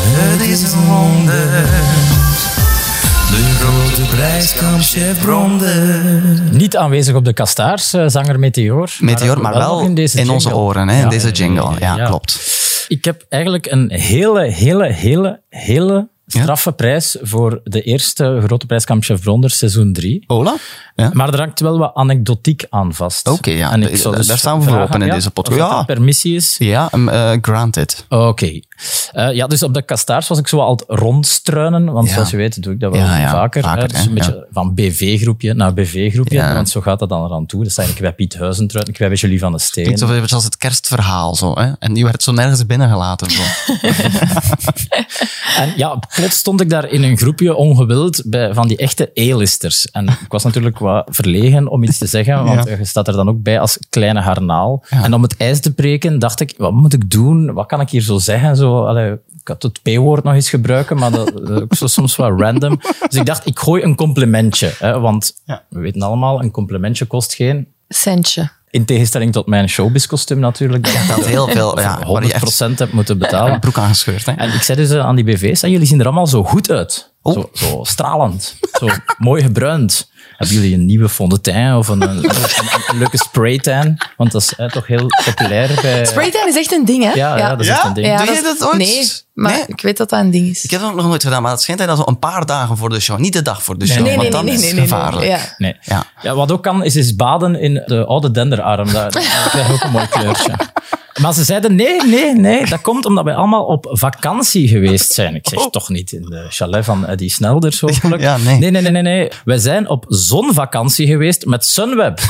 [SPEAKER 4] Het is een wonder. De grote prijskamp
[SPEAKER 5] Niet aanwezig op de Kastaars, eh, zanger Meteor.
[SPEAKER 4] Meteor, maar wel
[SPEAKER 5] nog
[SPEAKER 4] in,
[SPEAKER 5] deze
[SPEAKER 4] onze
[SPEAKER 5] jingle.
[SPEAKER 4] oren, hè, in
[SPEAKER 5] Ja,
[SPEAKER 4] deze
[SPEAKER 5] eh,
[SPEAKER 4] jingle. Ja,
[SPEAKER 5] ja.
[SPEAKER 4] klopt.
[SPEAKER 5] Ik heb eigenlijk een hele, hele, hele, hele Straffe prijs voor de eerste grote prijskamp Chef Bronder, seizoen 3.
[SPEAKER 4] Ola? Oh, Ja.
[SPEAKER 5] Maar er hangt wel wat anekdotiek aan vast.
[SPEAKER 4] Oké, ja.
[SPEAKER 5] En ik zou
[SPEAKER 4] Da-
[SPEAKER 5] dus
[SPEAKER 4] daar staan we voor
[SPEAKER 5] vragen,
[SPEAKER 4] open in
[SPEAKER 5] ja,
[SPEAKER 4] deze podcast.
[SPEAKER 5] Of dat
[SPEAKER 4] Ja.
[SPEAKER 5] dat permissie is.
[SPEAKER 4] Ja, um, eh, granted.
[SPEAKER 5] Oké. Eh, ja, dus op de kastaars was ik zo al het rondstruinen, want
[SPEAKER 4] Ja.
[SPEAKER 5] zoals je weet doe ik dat wel
[SPEAKER 4] Ja, ja,
[SPEAKER 5] vaker.
[SPEAKER 4] vaker,
[SPEAKER 5] hè. Dus
[SPEAKER 4] hè,
[SPEAKER 5] een beetje van BV-groepje naar BV-groepje,
[SPEAKER 4] Ja.
[SPEAKER 5] want zo gaat dat dan eraan toe. Dat zijn ik bij Piet Huizentruid, ik bij Julie van de Steen.
[SPEAKER 4] Klinkt zo even als het kerstverhaal. Zo, hè? En die werd zo nergens binnengelaten. Zo.
[SPEAKER 5] En ja, plots stond ik daar in een groepje ongewild bij, van die echte E-listers. En ik was natuurlijk wat verlegen om iets te zeggen, want je staat er dan ook bij als kleine harnaal. En om het ijs te breken dacht ik, wat moet ik doen? Wat kan ik hier zo zeggen? Zo, allee, ik had het P-woord nog eens gebruiken, maar dat dat is ook zo soms wel random. Dus ik dacht, ik gooi een complimentje. Hè, want we weten allemaal, een complimentje kost geen...
[SPEAKER 7] Centje.
[SPEAKER 5] In tegenstelling tot mijn showbiz-kostuum natuurlijk, dat
[SPEAKER 4] Dat heel veel. Ja, waar je echt
[SPEAKER 5] 100% hebt moeten betalen.
[SPEAKER 4] een broek aan gescheurd. Hè?
[SPEAKER 5] En ik zei dus eh, aan die BV's, en jullie zien er allemaal zo goed uit. Zo, zo stralend, zo mooi gebruind. Hebben jullie een nieuwe fondantijn of een, een, een- een leuke spraytan? Want dat is eh, toch heel populair bij...
[SPEAKER 7] Spraytan is echt een ding, hè?
[SPEAKER 5] Ja, ja, dat is echt een ding.
[SPEAKER 7] Ja,
[SPEAKER 4] Doe
[SPEAKER 7] dat
[SPEAKER 4] jij
[SPEAKER 7] is-
[SPEAKER 4] dat ooit?
[SPEAKER 7] Nee, maar
[SPEAKER 4] Nee?
[SPEAKER 7] ik weet dat dat een ding is.
[SPEAKER 4] Ik heb dat ook nog nooit gedaan, maar dat schijnt dat zo een paar dagen voor de show. Niet de dag voor de show,
[SPEAKER 5] nee,
[SPEAKER 4] want dan is het gevaarlijk.
[SPEAKER 7] Ja.
[SPEAKER 5] Nee.
[SPEAKER 4] Ja.
[SPEAKER 5] Ja. wat ook kan, is, is baden in de oude denderarm. Daar, daar krijg je ook een mooi kleurtje. Maar ze zeiden, nee, nee, nee. Dat komt omdat wij allemaal op vakantie geweest zijn. Ik zeg toch niet in de chalet van Eddie Snelders, hopelijk.
[SPEAKER 4] Oh. Ja, nee.
[SPEAKER 5] Nee, nee, nee, nee, nee. Wij zijn op zonvakantie geweest met Sunweb.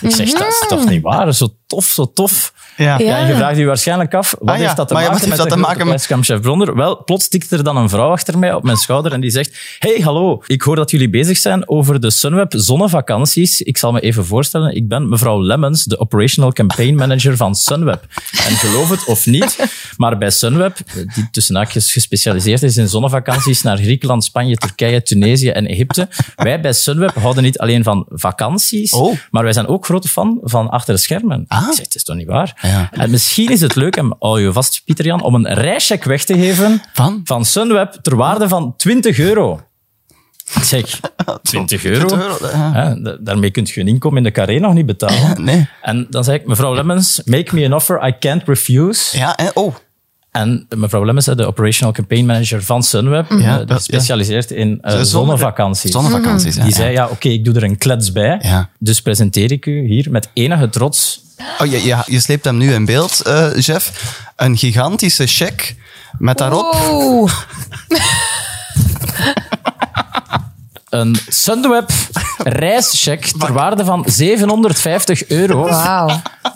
[SPEAKER 5] Ik zeg, dat is toch niet waar? Zo tof, zo tof.
[SPEAKER 4] Ja.
[SPEAKER 5] Ja, en je vraagt je waarschijnlijk af, wat
[SPEAKER 4] Ah ja,
[SPEAKER 5] heeft dat te
[SPEAKER 4] maar ja,
[SPEAKER 5] maken
[SPEAKER 4] wat
[SPEAKER 5] met
[SPEAKER 4] heeft
[SPEAKER 5] de
[SPEAKER 4] dat te maken
[SPEAKER 5] grote
[SPEAKER 4] met-
[SPEAKER 5] prijskamp Chef Bronder? Wel, plots tikt er dan een vrouw achter mij op mijn schouder en die zegt hey, hallo, ik hoor dat jullie bezig zijn over de Sunweb zonnevakanties. Ik zal me even voorstellen, ik ben mevrouw Lemmens, de Operational Campaign Manager van Sunweb. En geloof het of niet, maar bij Sunweb, die tussen haakjes gespecialiseerd is in zonnevakanties naar Griekenland, Spanje, Turkije, Tunesië en Egypte, wij bij Sunweb houden niet alleen van vakanties,
[SPEAKER 4] Oh.
[SPEAKER 5] maar wij zijn ook grote fan van achter de schermen. Ik zeg, het is toch niet waar?
[SPEAKER 4] Ah. Ja.
[SPEAKER 5] En misschien is het leuk, en hou je vast, Pieter Jan, om een reischeck weg te geven
[SPEAKER 4] Van?
[SPEAKER 5] van Sunweb ter waarde van 20 euro. Ik zeg, 20 euro?
[SPEAKER 4] 20 euro, ja.
[SPEAKER 5] Hè, da- daarmee kunt je een inkomen in de carré nog niet betalen.
[SPEAKER 4] Nee.
[SPEAKER 5] En dan zei ik, mevrouw Lemmens, make me an offer I can't refuse.
[SPEAKER 4] Ja, en, oh.
[SPEAKER 5] En mevrouw Lemmens, hè, de operational campaign manager van Sunweb,
[SPEAKER 4] Ja,
[SPEAKER 5] eh, die
[SPEAKER 4] dat-
[SPEAKER 5] gespecialiseerd in eh,
[SPEAKER 4] Zonne-
[SPEAKER 5] zonnevakanties.
[SPEAKER 4] Zonnevakanties, ja.
[SPEAKER 5] Mm. Die zei, ja, oké, ik doe er een klets bij.
[SPEAKER 4] Ja.
[SPEAKER 5] Dus presenteer ik u hier met enige trots
[SPEAKER 4] Oh, je, je, je sleept hem nu in beeld, eh Jeff. Een gigantische cheque met daarop...
[SPEAKER 7] Oeh,
[SPEAKER 5] een Sunweb reischeck ter waarde van 750 euro,
[SPEAKER 7] wauw.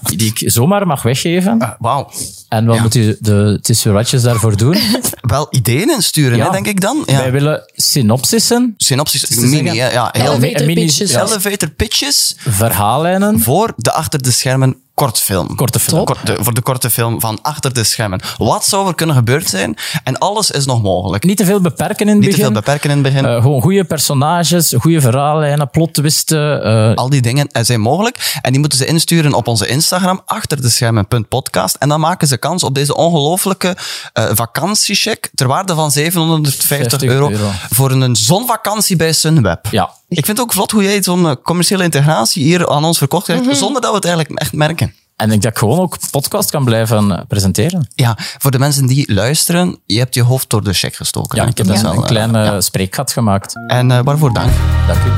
[SPEAKER 5] die ik zomaar mag weggeven.
[SPEAKER 4] Wauw.
[SPEAKER 5] En wat moet u de tussenratjes daarvoor doen?
[SPEAKER 4] Wel ideeën insturen,
[SPEAKER 5] Ja.
[SPEAKER 4] hè, denk ik dan. Ja.
[SPEAKER 5] Wij willen synopsissen,
[SPEAKER 4] Synopsis, mini, hè, ja, heel
[SPEAKER 5] Elevator
[SPEAKER 4] mini-
[SPEAKER 5] pitches.
[SPEAKER 4] Elevator pitches
[SPEAKER 5] verhaallijnen,
[SPEAKER 4] voor de achter de schermen kortfilm.
[SPEAKER 5] Korte film.
[SPEAKER 4] Kort- de- voor de korte film van achter de schermen. Wat zou er kunnen gebeurd zijn? En alles is nog mogelijk.
[SPEAKER 5] niet te veel beperken in het
[SPEAKER 4] Niet te
[SPEAKER 5] begin.
[SPEAKER 4] veel beperken in het begin.
[SPEAKER 5] Eh, gewoon goede personages, goede verhaallijnen, plotwisten. eh
[SPEAKER 4] Al die dingen eh, zijn mogelijk. En die moeten ze insturen op onze Instagram, achter de schermen.podcast. En dan maken ze kans op deze ongelooflijke eh vakantiecheck ter waarde van 750 euro,
[SPEAKER 5] €50 euro.
[SPEAKER 4] voor een zonvakantie bij Sunweb.
[SPEAKER 5] ja,
[SPEAKER 4] Ik vind het ook vlot hoe jij zo'n eh, commerciële integratie hier aan ons verkocht krijgt, zonder dat we het eigenlijk echt merken.
[SPEAKER 5] en ik dat ik gewoon ook podcast kan blijven eh, presenteren.
[SPEAKER 4] Ja, voor de mensen die luisteren, je hebt je hoofd door de check gestoken.
[SPEAKER 5] Ja,
[SPEAKER 4] hè?
[SPEAKER 5] ik heb
[SPEAKER 4] Dat
[SPEAKER 5] daar
[SPEAKER 4] is wel, eh,
[SPEAKER 5] een kleine spreekgat gemaakt.
[SPEAKER 4] En eh, waarvoor dank.
[SPEAKER 5] Dank u.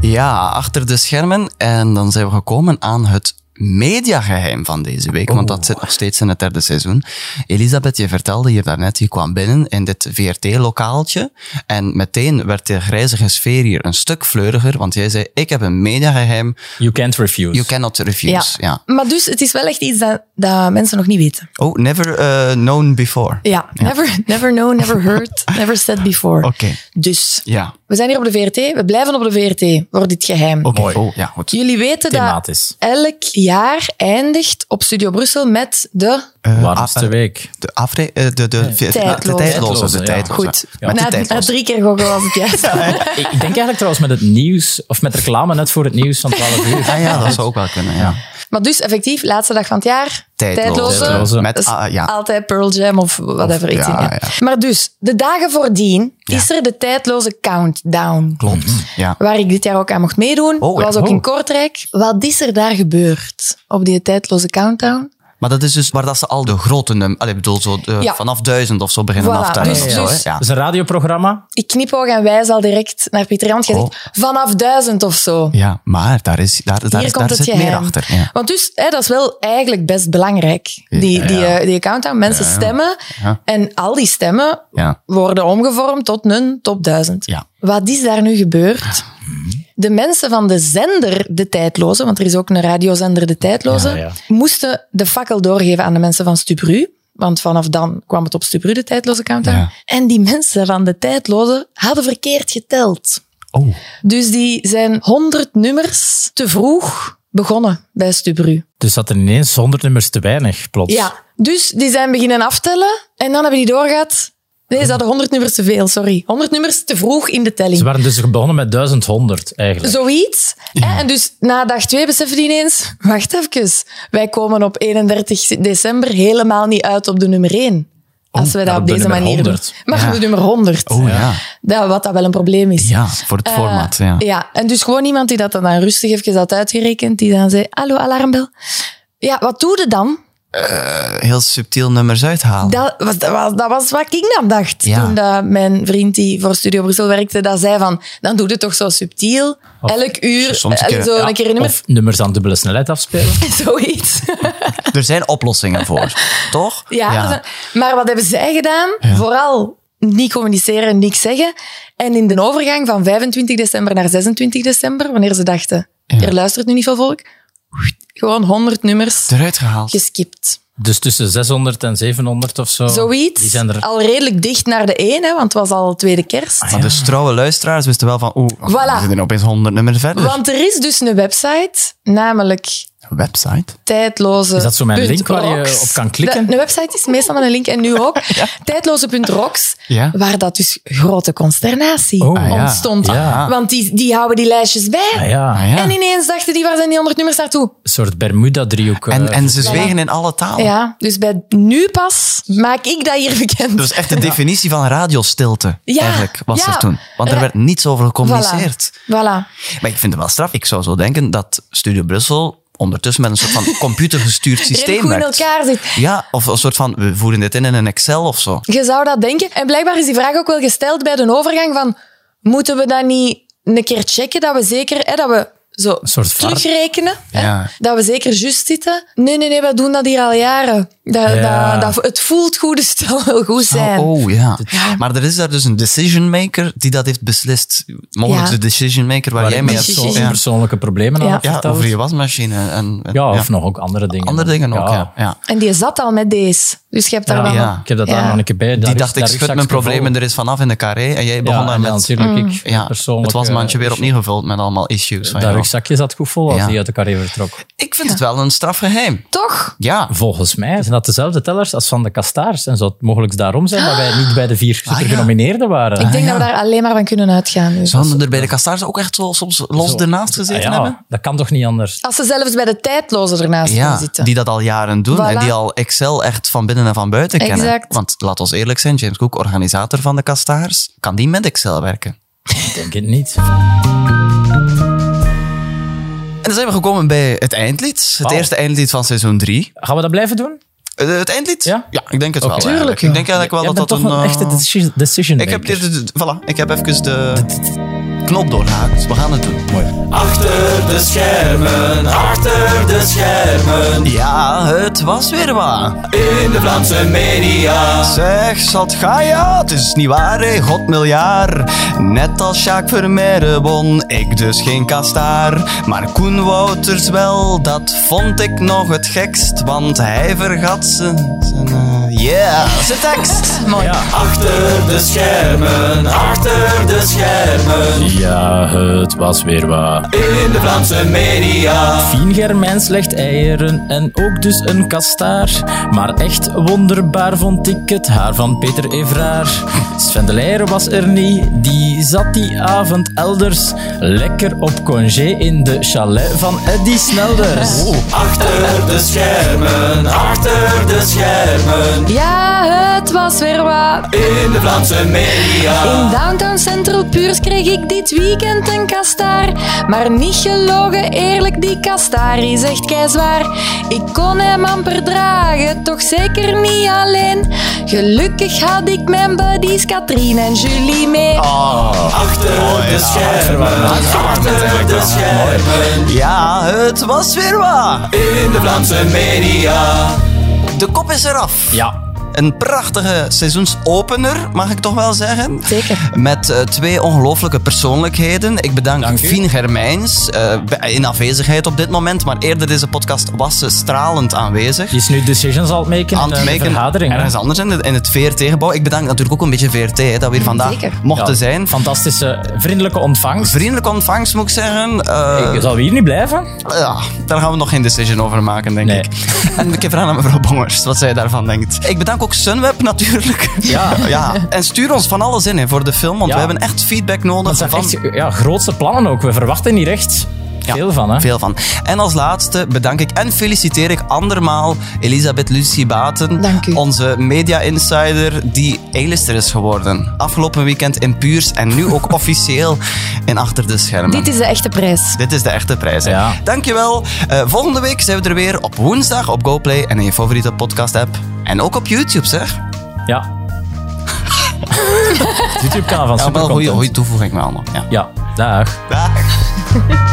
[SPEAKER 4] Ja, achter de schermen. En dan zijn we gekomen aan het mediageheim van deze week. Want
[SPEAKER 5] Oh.
[SPEAKER 4] dat zit nog steeds in het derde seizoen. Elisabeth, je vertelde hier daarnet, je kwam binnen in dit VRT-lokaaltje. En meteen werd de grijzige sfeer hier een stuk fleuriger. Want jij zei, ik heb een mediageheim.
[SPEAKER 5] You can't refuse.
[SPEAKER 4] You cannot refuse. Ja.
[SPEAKER 7] Maar dus, het is wel echt iets dat, dat mensen nog niet weten.
[SPEAKER 4] Oh, never eh, known before.
[SPEAKER 7] Ja, Never, never know, never heard, never said before.
[SPEAKER 4] Oké.
[SPEAKER 7] Dus,
[SPEAKER 4] Ja.
[SPEAKER 7] we zijn hier op de VRT, we blijven op de VRT voor dit geheim.
[SPEAKER 4] Oké. Oh, ja, goed.
[SPEAKER 7] Jullie weten dat
[SPEAKER 5] Thematisch.
[SPEAKER 7] elk jaar eindigt op Studio Brussel met de
[SPEAKER 4] eh,
[SPEAKER 5] Warmste
[SPEAKER 4] af-
[SPEAKER 5] week.
[SPEAKER 4] De, afre- eh, de, de, de,
[SPEAKER 7] Tijdloze.
[SPEAKER 4] tijdloze. De
[SPEAKER 5] Ja.
[SPEAKER 4] tijdloze.
[SPEAKER 6] Goed.
[SPEAKER 5] Ja.
[SPEAKER 4] Met
[SPEAKER 7] Na,
[SPEAKER 4] de
[SPEAKER 7] na
[SPEAKER 4] tijdloze.
[SPEAKER 7] drie keer gokken was het juist.
[SPEAKER 5] Ik ik denk eigenlijk trouwens met het nieuws, of met reclame net voor het nieuws van 12 uur.
[SPEAKER 7] Nou,
[SPEAKER 4] Ah ja, dat zou ook wel kunnen, ja.
[SPEAKER 7] maar dus effectief, laatste dag van het jaar.
[SPEAKER 4] Tijdloze.
[SPEAKER 5] Tijdloze.
[SPEAKER 4] Met,
[SPEAKER 7] Dat is
[SPEAKER 4] ah, ja.
[SPEAKER 7] Altijd Pearl Jam of whatever.
[SPEAKER 4] Of-
[SPEAKER 7] iets in,
[SPEAKER 4] ja,
[SPEAKER 7] ja, Maar dus, de dagen voordien is er de tijdloze countdown.
[SPEAKER 4] Klopt. Mhm, Ja.
[SPEAKER 7] Waar ik dit jaar ook aan mocht meedoen.
[SPEAKER 4] Oh, ja.
[SPEAKER 7] was ook
[SPEAKER 4] Oh.
[SPEAKER 7] in Kortrijk. Wat is er daar gebeurd op die tijdloze countdown?
[SPEAKER 4] Maar dat is dus waar dat ze al de grote num- Allee, ik bedoel, zo de-
[SPEAKER 7] Ja.
[SPEAKER 4] vanaf duizend of zo beginnen
[SPEAKER 7] Voilà,
[SPEAKER 4] af te tellen
[SPEAKER 7] dus-
[SPEAKER 4] of zo, hè.
[SPEAKER 7] dus-
[SPEAKER 4] ja.
[SPEAKER 5] Dat is een radioprogramma.
[SPEAKER 7] Ik knipoog en wijs al direct naar Pieter Jan. Want jij
[SPEAKER 4] Oh.
[SPEAKER 7] zegt, vanaf duizend of zo.
[SPEAKER 4] ja, maar daar, is, daar, daar,
[SPEAKER 7] Hier
[SPEAKER 4] is-
[SPEAKER 7] komt
[SPEAKER 4] daar
[SPEAKER 7] het
[SPEAKER 4] zit meer
[SPEAKER 7] geheim.
[SPEAKER 4] achter. Ja.
[SPEAKER 7] Want dus, hè, dat is wel eigenlijk best belangrijk. Die, die, eh, die countdown. Mensen stemmen.
[SPEAKER 4] Ja.
[SPEAKER 7] En al die stemmen
[SPEAKER 4] Ja.
[SPEAKER 7] worden omgevormd tot een top 1000.
[SPEAKER 4] Ja.
[SPEAKER 7] Wat is daar nu gebeurd? De mensen van de zender De Tijdloze, want er is ook een radiozender De Tijdloze,
[SPEAKER 5] Ja, ja.
[SPEAKER 7] moesten de fakkel doorgeven aan de mensen van Stubru. Want vanaf dan kwam het op Stubru, de tijdloze countdown.
[SPEAKER 4] Ja.
[SPEAKER 7] En die mensen van de tijdloze hadden verkeerd geteld.
[SPEAKER 4] Oh,
[SPEAKER 7] Dus die zijn 100 nummers te vroeg begonnen bij Stubru.
[SPEAKER 5] Dus dat er ineens 100 nummers te weinig, plots.
[SPEAKER 7] Ja, dus die zijn beginnen aftellen en dan hebben die doorgehad. Nee, ze hadden 100 nummers te veel, sorry. 100 nummers te vroeg in de telling.
[SPEAKER 5] Ze waren dus begonnen met 1100, eigenlijk.
[SPEAKER 7] Zoiets. hè? En dus na dag twee beseffen die ineens, wacht even, wij komen op 31 december helemaal niet uit op de nummer 1. Als
[SPEAKER 4] Oh,
[SPEAKER 7] we dat
[SPEAKER 5] maar
[SPEAKER 7] op
[SPEAKER 5] op de
[SPEAKER 7] deze
[SPEAKER 5] nummer
[SPEAKER 7] manier doen.
[SPEAKER 5] 100.
[SPEAKER 7] Maar
[SPEAKER 4] Ja.
[SPEAKER 7] op de nummer 100.
[SPEAKER 4] oh ja. ja.
[SPEAKER 7] Dat, wat dat wel een probleem is.
[SPEAKER 4] voor het
[SPEAKER 7] Eh,
[SPEAKER 4] format. Ja.
[SPEAKER 7] ja, en dus gewoon iemand die dat dan aan rustig even had uitgerekend, die dan zei, hallo alarmbel. Ja, wat doe je dan?
[SPEAKER 4] Heel subtiel nummers uithalen.
[SPEAKER 7] Dat was, dat, was, dat was wat ik dan dacht.
[SPEAKER 4] Ja.
[SPEAKER 7] Toen dat mijn vriend die voor Studio Brussel werkte, dat zei van, dan doe je het toch zo subtiel. Elk uur,
[SPEAKER 4] soms
[SPEAKER 7] eh,
[SPEAKER 4] keer-
[SPEAKER 7] zo
[SPEAKER 5] Ja,
[SPEAKER 7] een keer een nummer.
[SPEAKER 5] Of nummers aan dubbele snelheid afspelen.
[SPEAKER 7] Zoiets.
[SPEAKER 4] Er zijn oplossingen voor, toch?
[SPEAKER 7] Ja, maar wat hebben zij gedaan? Vooral niet communiceren, niks zeggen. En in de overgang van 25 december naar 26 december, wanneer ze dachten, er luistert nu niet veel volk, gewoon 100 nummers
[SPEAKER 4] Eruit gehaald.
[SPEAKER 7] geskipt.
[SPEAKER 5] Dus tussen 600 en 700 of zo.
[SPEAKER 7] Zoiets.
[SPEAKER 5] Die zijn er
[SPEAKER 7] Al redelijk dicht naar de 1, hè, want het was al tweede kerst.
[SPEAKER 4] Maar dus trouwe luisteraars wisten wel van, oeh,
[SPEAKER 7] Voilà.
[SPEAKER 4] we zitten opeens honderd nummers verder.
[SPEAKER 7] Want er is dus een website, namelijk
[SPEAKER 4] Website.
[SPEAKER 7] tijdloze.
[SPEAKER 5] Is dat zo mijn link waar je op kan klikken?
[SPEAKER 7] De, de website is meestal met een link en nu ook. Tijdloze.rocks,
[SPEAKER 4] Ja.
[SPEAKER 7] waar dat dus grote consternatie
[SPEAKER 5] Oh, ah,
[SPEAKER 4] ja.
[SPEAKER 7] ontstond.
[SPEAKER 5] Ja.
[SPEAKER 7] Want die, die houden die lijstjes bij.
[SPEAKER 5] Ah ja,
[SPEAKER 4] Ah, ja.
[SPEAKER 7] En ineens dachten die, waar zijn die 100 nummers naartoe?
[SPEAKER 5] een soort Bermuda-driehoek. eh,
[SPEAKER 4] En, en ze zwegen in alle
[SPEAKER 5] Oh.
[SPEAKER 4] talen.
[SPEAKER 7] Ja, dus bij nu pas maak ik dat hier bekend.
[SPEAKER 4] Dat was echt de definitie van radiostilte,
[SPEAKER 7] Ja,
[SPEAKER 4] eigenlijk, was
[SPEAKER 7] ja. Eh,
[SPEAKER 4] er toen. Want er werd niets over gecommuniceerd.
[SPEAKER 7] Voilà.
[SPEAKER 4] Maar ik vind het wel straf. Ik zou zo denken dat Studio Brussel ondertussen met een soort van computergestuurd
[SPEAKER 7] Redelijk
[SPEAKER 4] systeem
[SPEAKER 7] goed in
[SPEAKER 4] werkt.
[SPEAKER 7] elkaar zit.
[SPEAKER 4] Ja, of een soort van, we voeren dit in in een Excel of zo.
[SPEAKER 7] Je zou dat denken. En blijkbaar is die vraag ook wel gesteld bij de overgang van... Moeten we dat niet een keer checken, dat we zeker... Hè, dat we zo
[SPEAKER 5] soort var.
[SPEAKER 7] terugrekenen. Hè,
[SPEAKER 4] Ja.
[SPEAKER 7] Dat we zeker juist zitten. Nee, nee, nee, we doen dat hier al jaren. Dat,
[SPEAKER 5] Ja.
[SPEAKER 7] dat, dat, het voelt goed, dus het zal wel goed zijn.
[SPEAKER 4] Oh, oh, ja. Maar er is daar dus een decision maker die dat heeft beslist. Mogelijk
[SPEAKER 7] Ja.
[SPEAKER 4] de decision maker waar,
[SPEAKER 5] waar
[SPEAKER 4] jij
[SPEAKER 5] ik
[SPEAKER 4] mee
[SPEAKER 5] met
[SPEAKER 4] hebt.
[SPEAKER 5] zo'n
[SPEAKER 4] Ja.
[SPEAKER 5] persoonlijke problemen aan
[SPEAKER 7] Ja.
[SPEAKER 5] heb
[SPEAKER 4] Ja,
[SPEAKER 5] verteld.
[SPEAKER 4] over je wasmachine. En, en-
[SPEAKER 5] Ja, of nog ook andere dingen.
[SPEAKER 4] Andere dingen ook, ja. ja.
[SPEAKER 7] En die zat al met deze. Dus je hebt daar
[SPEAKER 5] Ja.
[SPEAKER 7] dan...
[SPEAKER 4] Ja.
[SPEAKER 5] Ik heb dat daar
[SPEAKER 7] Ja.
[SPEAKER 5] nog een keer bij.
[SPEAKER 4] Die
[SPEAKER 5] daar
[SPEAKER 4] dacht,
[SPEAKER 5] is-
[SPEAKER 4] ik
[SPEAKER 5] daar is
[SPEAKER 4] schud mijn
[SPEAKER 5] straks
[SPEAKER 4] problemen
[SPEAKER 5] gevolg.
[SPEAKER 4] er is vanaf in de carré. En jij begon
[SPEAKER 5] Ja,
[SPEAKER 4] daar
[SPEAKER 5] en dan
[SPEAKER 4] met... Mm.
[SPEAKER 5] natuurlijk ik
[SPEAKER 4] Ja,
[SPEAKER 5] persoonlijk... eh,
[SPEAKER 4] het wasmandje weer opnieuw gevuld met allemaal issues. Van
[SPEAKER 5] Dat
[SPEAKER 4] jou.
[SPEAKER 5] rugzakje zat goed vol als
[SPEAKER 4] Ja.
[SPEAKER 5] die uit elkaar even vertrok.
[SPEAKER 4] Ik vind het wel een strafgeheim.
[SPEAKER 7] Toch?
[SPEAKER 4] Ja.
[SPEAKER 5] Volgens mij zijn dat dezelfde tellers als van de Kastaars. En zou het mogelijk daarom zijn dat wij niet bij de vier
[SPEAKER 4] Ah, ja.
[SPEAKER 5] genomineerden waren.
[SPEAKER 7] Ik denk dat we daar alleen maar van kunnen uitgaan. dus. nu.
[SPEAKER 4] Zouden er bij de Kastaars ook echt zo, soms los
[SPEAKER 5] Zo.
[SPEAKER 4] ernaast
[SPEAKER 5] Ah
[SPEAKER 4] gezeten hebben?
[SPEAKER 5] ja, dat kan toch niet anders?
[SPEAKER 7] Als ze zelfs bij de tijdloze ernaast gaan
[SPEAKER 4] Ja,
[SPEAKER 7] zitten.
[SPEAKER 4] die dat al jaren doen en
[SPEAKER 7] Voilà.
[SPEAKER 4] die al Excel echt van binnen en van buiten kennen.
[SPEAKER 7] Exact.
[SPEAKER 4] Want laat ons eerlijk zijn, James Cook, organisator van de Kastaars, kan die met Excel werken?
[SPEAKER 5] Ik denk het niet.
[SPEAKER 4] En dan zijn we gekomen bij het eindlied. Het
[SPEAKER 5] Wauw.
[SPEAKER 4] eerste eindlied van seizoen 3.
[SPEAKER 5] Gaan we dat blijven doen?
[SPEAKER 4] het eindlied?
[SPEAKER 5] Ja?
[SPEAKER 4] ik denk het
[SPEAKER 5] Oké.
[SPEAKER 4] wel.
[SPEAKER 5] Tuurlijk,
[SPEAKER 4] eigenlijk. Ik denk eigenlijk wel
[SPEAKER 5] Jij
[SPEAKER 4] dat
[SPEAKER 5] bent
[SPEAKER 4] dat
[SPEAKER 5] toch
[SPEAKER 4] een...
[SPEAKER 5] een,
[SPEAKER 4] eh,
[SPEAKER 5] echte deci- decision
[SPEAKER 4] ik, heb
[SPEAKER 5] maker.
[SPEAKER 4] eerst de- voilà, ik heb even de knop doorgehaakt. We gaan het doen.
[SPEAKER 8] Achter de schermen, achter de schermen,
[SPEAKER 4] Ja, het was weer waar.
[SPEAKER 8] in de Vlaamse media.
[SPEAKER 4] Zeg, zat ga ja, het is niet waar, hè, god miljard. Net als Sjaak Vermeire won ik dus geen kastaar. Maar Koen Wouters wel, dat vond ik nog het gekst. Want hij vergat zijn... zijn eh, yeah, zijn tekst.
[SPEAKER 8] Achter de schermen, achter de schermen
[SPEAKER 5] Ja, het was weer wat.
[SPEAKER 8] in de Vlaamse media.
[SPEAKER 5] Fien Germijns legt eieren en ook dus een kastaar. Maar echt wonderbaar vond ik het haar van Peter Evraar. Sven de Leijer was er niet, die zat die avond elders. Lekker op congé in de chalet van Eddy Snelders.
[SPEAKER 4] Oh.
[SPEAKER 8] Achter de schermen, achter de schermen
[SPEAKER 7] Ja, het was weer wat.
[SPEAKER 8] in de Vlaamse media.
[SPEAKER 7] In Downtown Central Puurs kreeg ik dit weekend een kastaar. Maar niet gelogen, eerlijk, die kastaar is echt keizwaar. Ik kon hem amper dragen, toch zeker niet alleen. Gelukkig had ik mijn buddies Katrien en Julie mee.
[SPEAKER 8] Achter de schermen, achter de schermen
[SPEAKER 4] Ja, het was weer wat.
[SPEAKER 8] in de Vlaamse media.
[SPEAKER 4] De kop is eraf.
[SPEAKER 5] Ja,
[SPEAKER 4] Een prachtige seizoensopener, mag ik toch wel zeggen.
[SPEAKER 7] Zeker.
[SPEAKER 4] Met eh, twee ongelooflijke persoonlijkheden. Ik bedank Fien Germijns, eh, bij- in afwezigheid op dit moment, maar eerder deze podcast was ze stralend aanwezig.
[SPEAKER 5] die is nu decisions al het maken eh,
[SPEAKER 4] aan
[SPEAKER 5] in
[SPEAKER 4] het
[SPEAKER 5] de
[SPEAKER 4] maken
[SPEAKER 5] vergadering. hè.
[SPEAKER 4] ergens anders in het, in het VRT-gebouw. Ik bedank natuurlijk ook een beetje VRT hè, dat we hier vandaag
[SPEAKER 7] Zeker.
[SPEAKER 4] mochten
[SPEAKER 5] Ja,
[SPEAKER 4] zijn.
[SPEAKER 5] Fantastische, vriendelijke ontvangst.
[SPEAKER 4] Vriendelijke ontvangst, moet ik zeggen. Eh,
[SPEAKER 5] Ik- Zal we hier niet blijven?
[SPEAKER 4] ja, daar gaan we nog geen decision over maken, denk
[SPEAKER 5] Nee.
[SPEAKER 4] ik. En ik heb vraag aan mevrouw Bongers wat zij daarvan denkt. Ik bedank ook Sunweb natuurlijk.
[SPEAKER 5] Ja.
[SPEAKER 4] ja. En stuur ons van alles in hè, voor de film, want
[SPEAKER 5] Ja.
[SPEAKER 4] we hebben echt feedback nodig.
[SPEAKER 5] Dat zijn
[SPEAKER 4] van-
[SPEAKER 5] echt ja, grootste plannen ook. We verwachten hier echt
[SPEAKER 4] Ja,
[SPEAKER 5] veel van. Hè?
[SPEAKER 4] Veel van. En als laatste bedank ik en feliciteer ik andermaal Elisabeth Lucie Baten.
[SPEAKER 7] Dank u.
[SPEAKER 4] Onze media insider die A-lister is geworden. Afgelopen weekend in Puurs en nu ook officieel in Achter de Schermen.
[SPEAKER 7] Dit is de echte prijs.
[SPEAKER 4] Dit is de echte prijs. hè.
[SPEAKER 5] Ja.
[SPEAKER 4] Dankjewel. Eh, volgende week zijn we er weer op woensdag op GoPlay en in je favoriete podcast-app. En ook op YouTube, zeg.
[SPEAKER 5] Ja. YouTube-kanaal van
[SPEAKER 4] Ja, wel
[SPEAKER 5] Supercontent.
[SPEAKER 4] goede toevoeging wel nog. Ja.
[SPEAKER 5] Ja, dag.
[SPEAKER 4] Dag.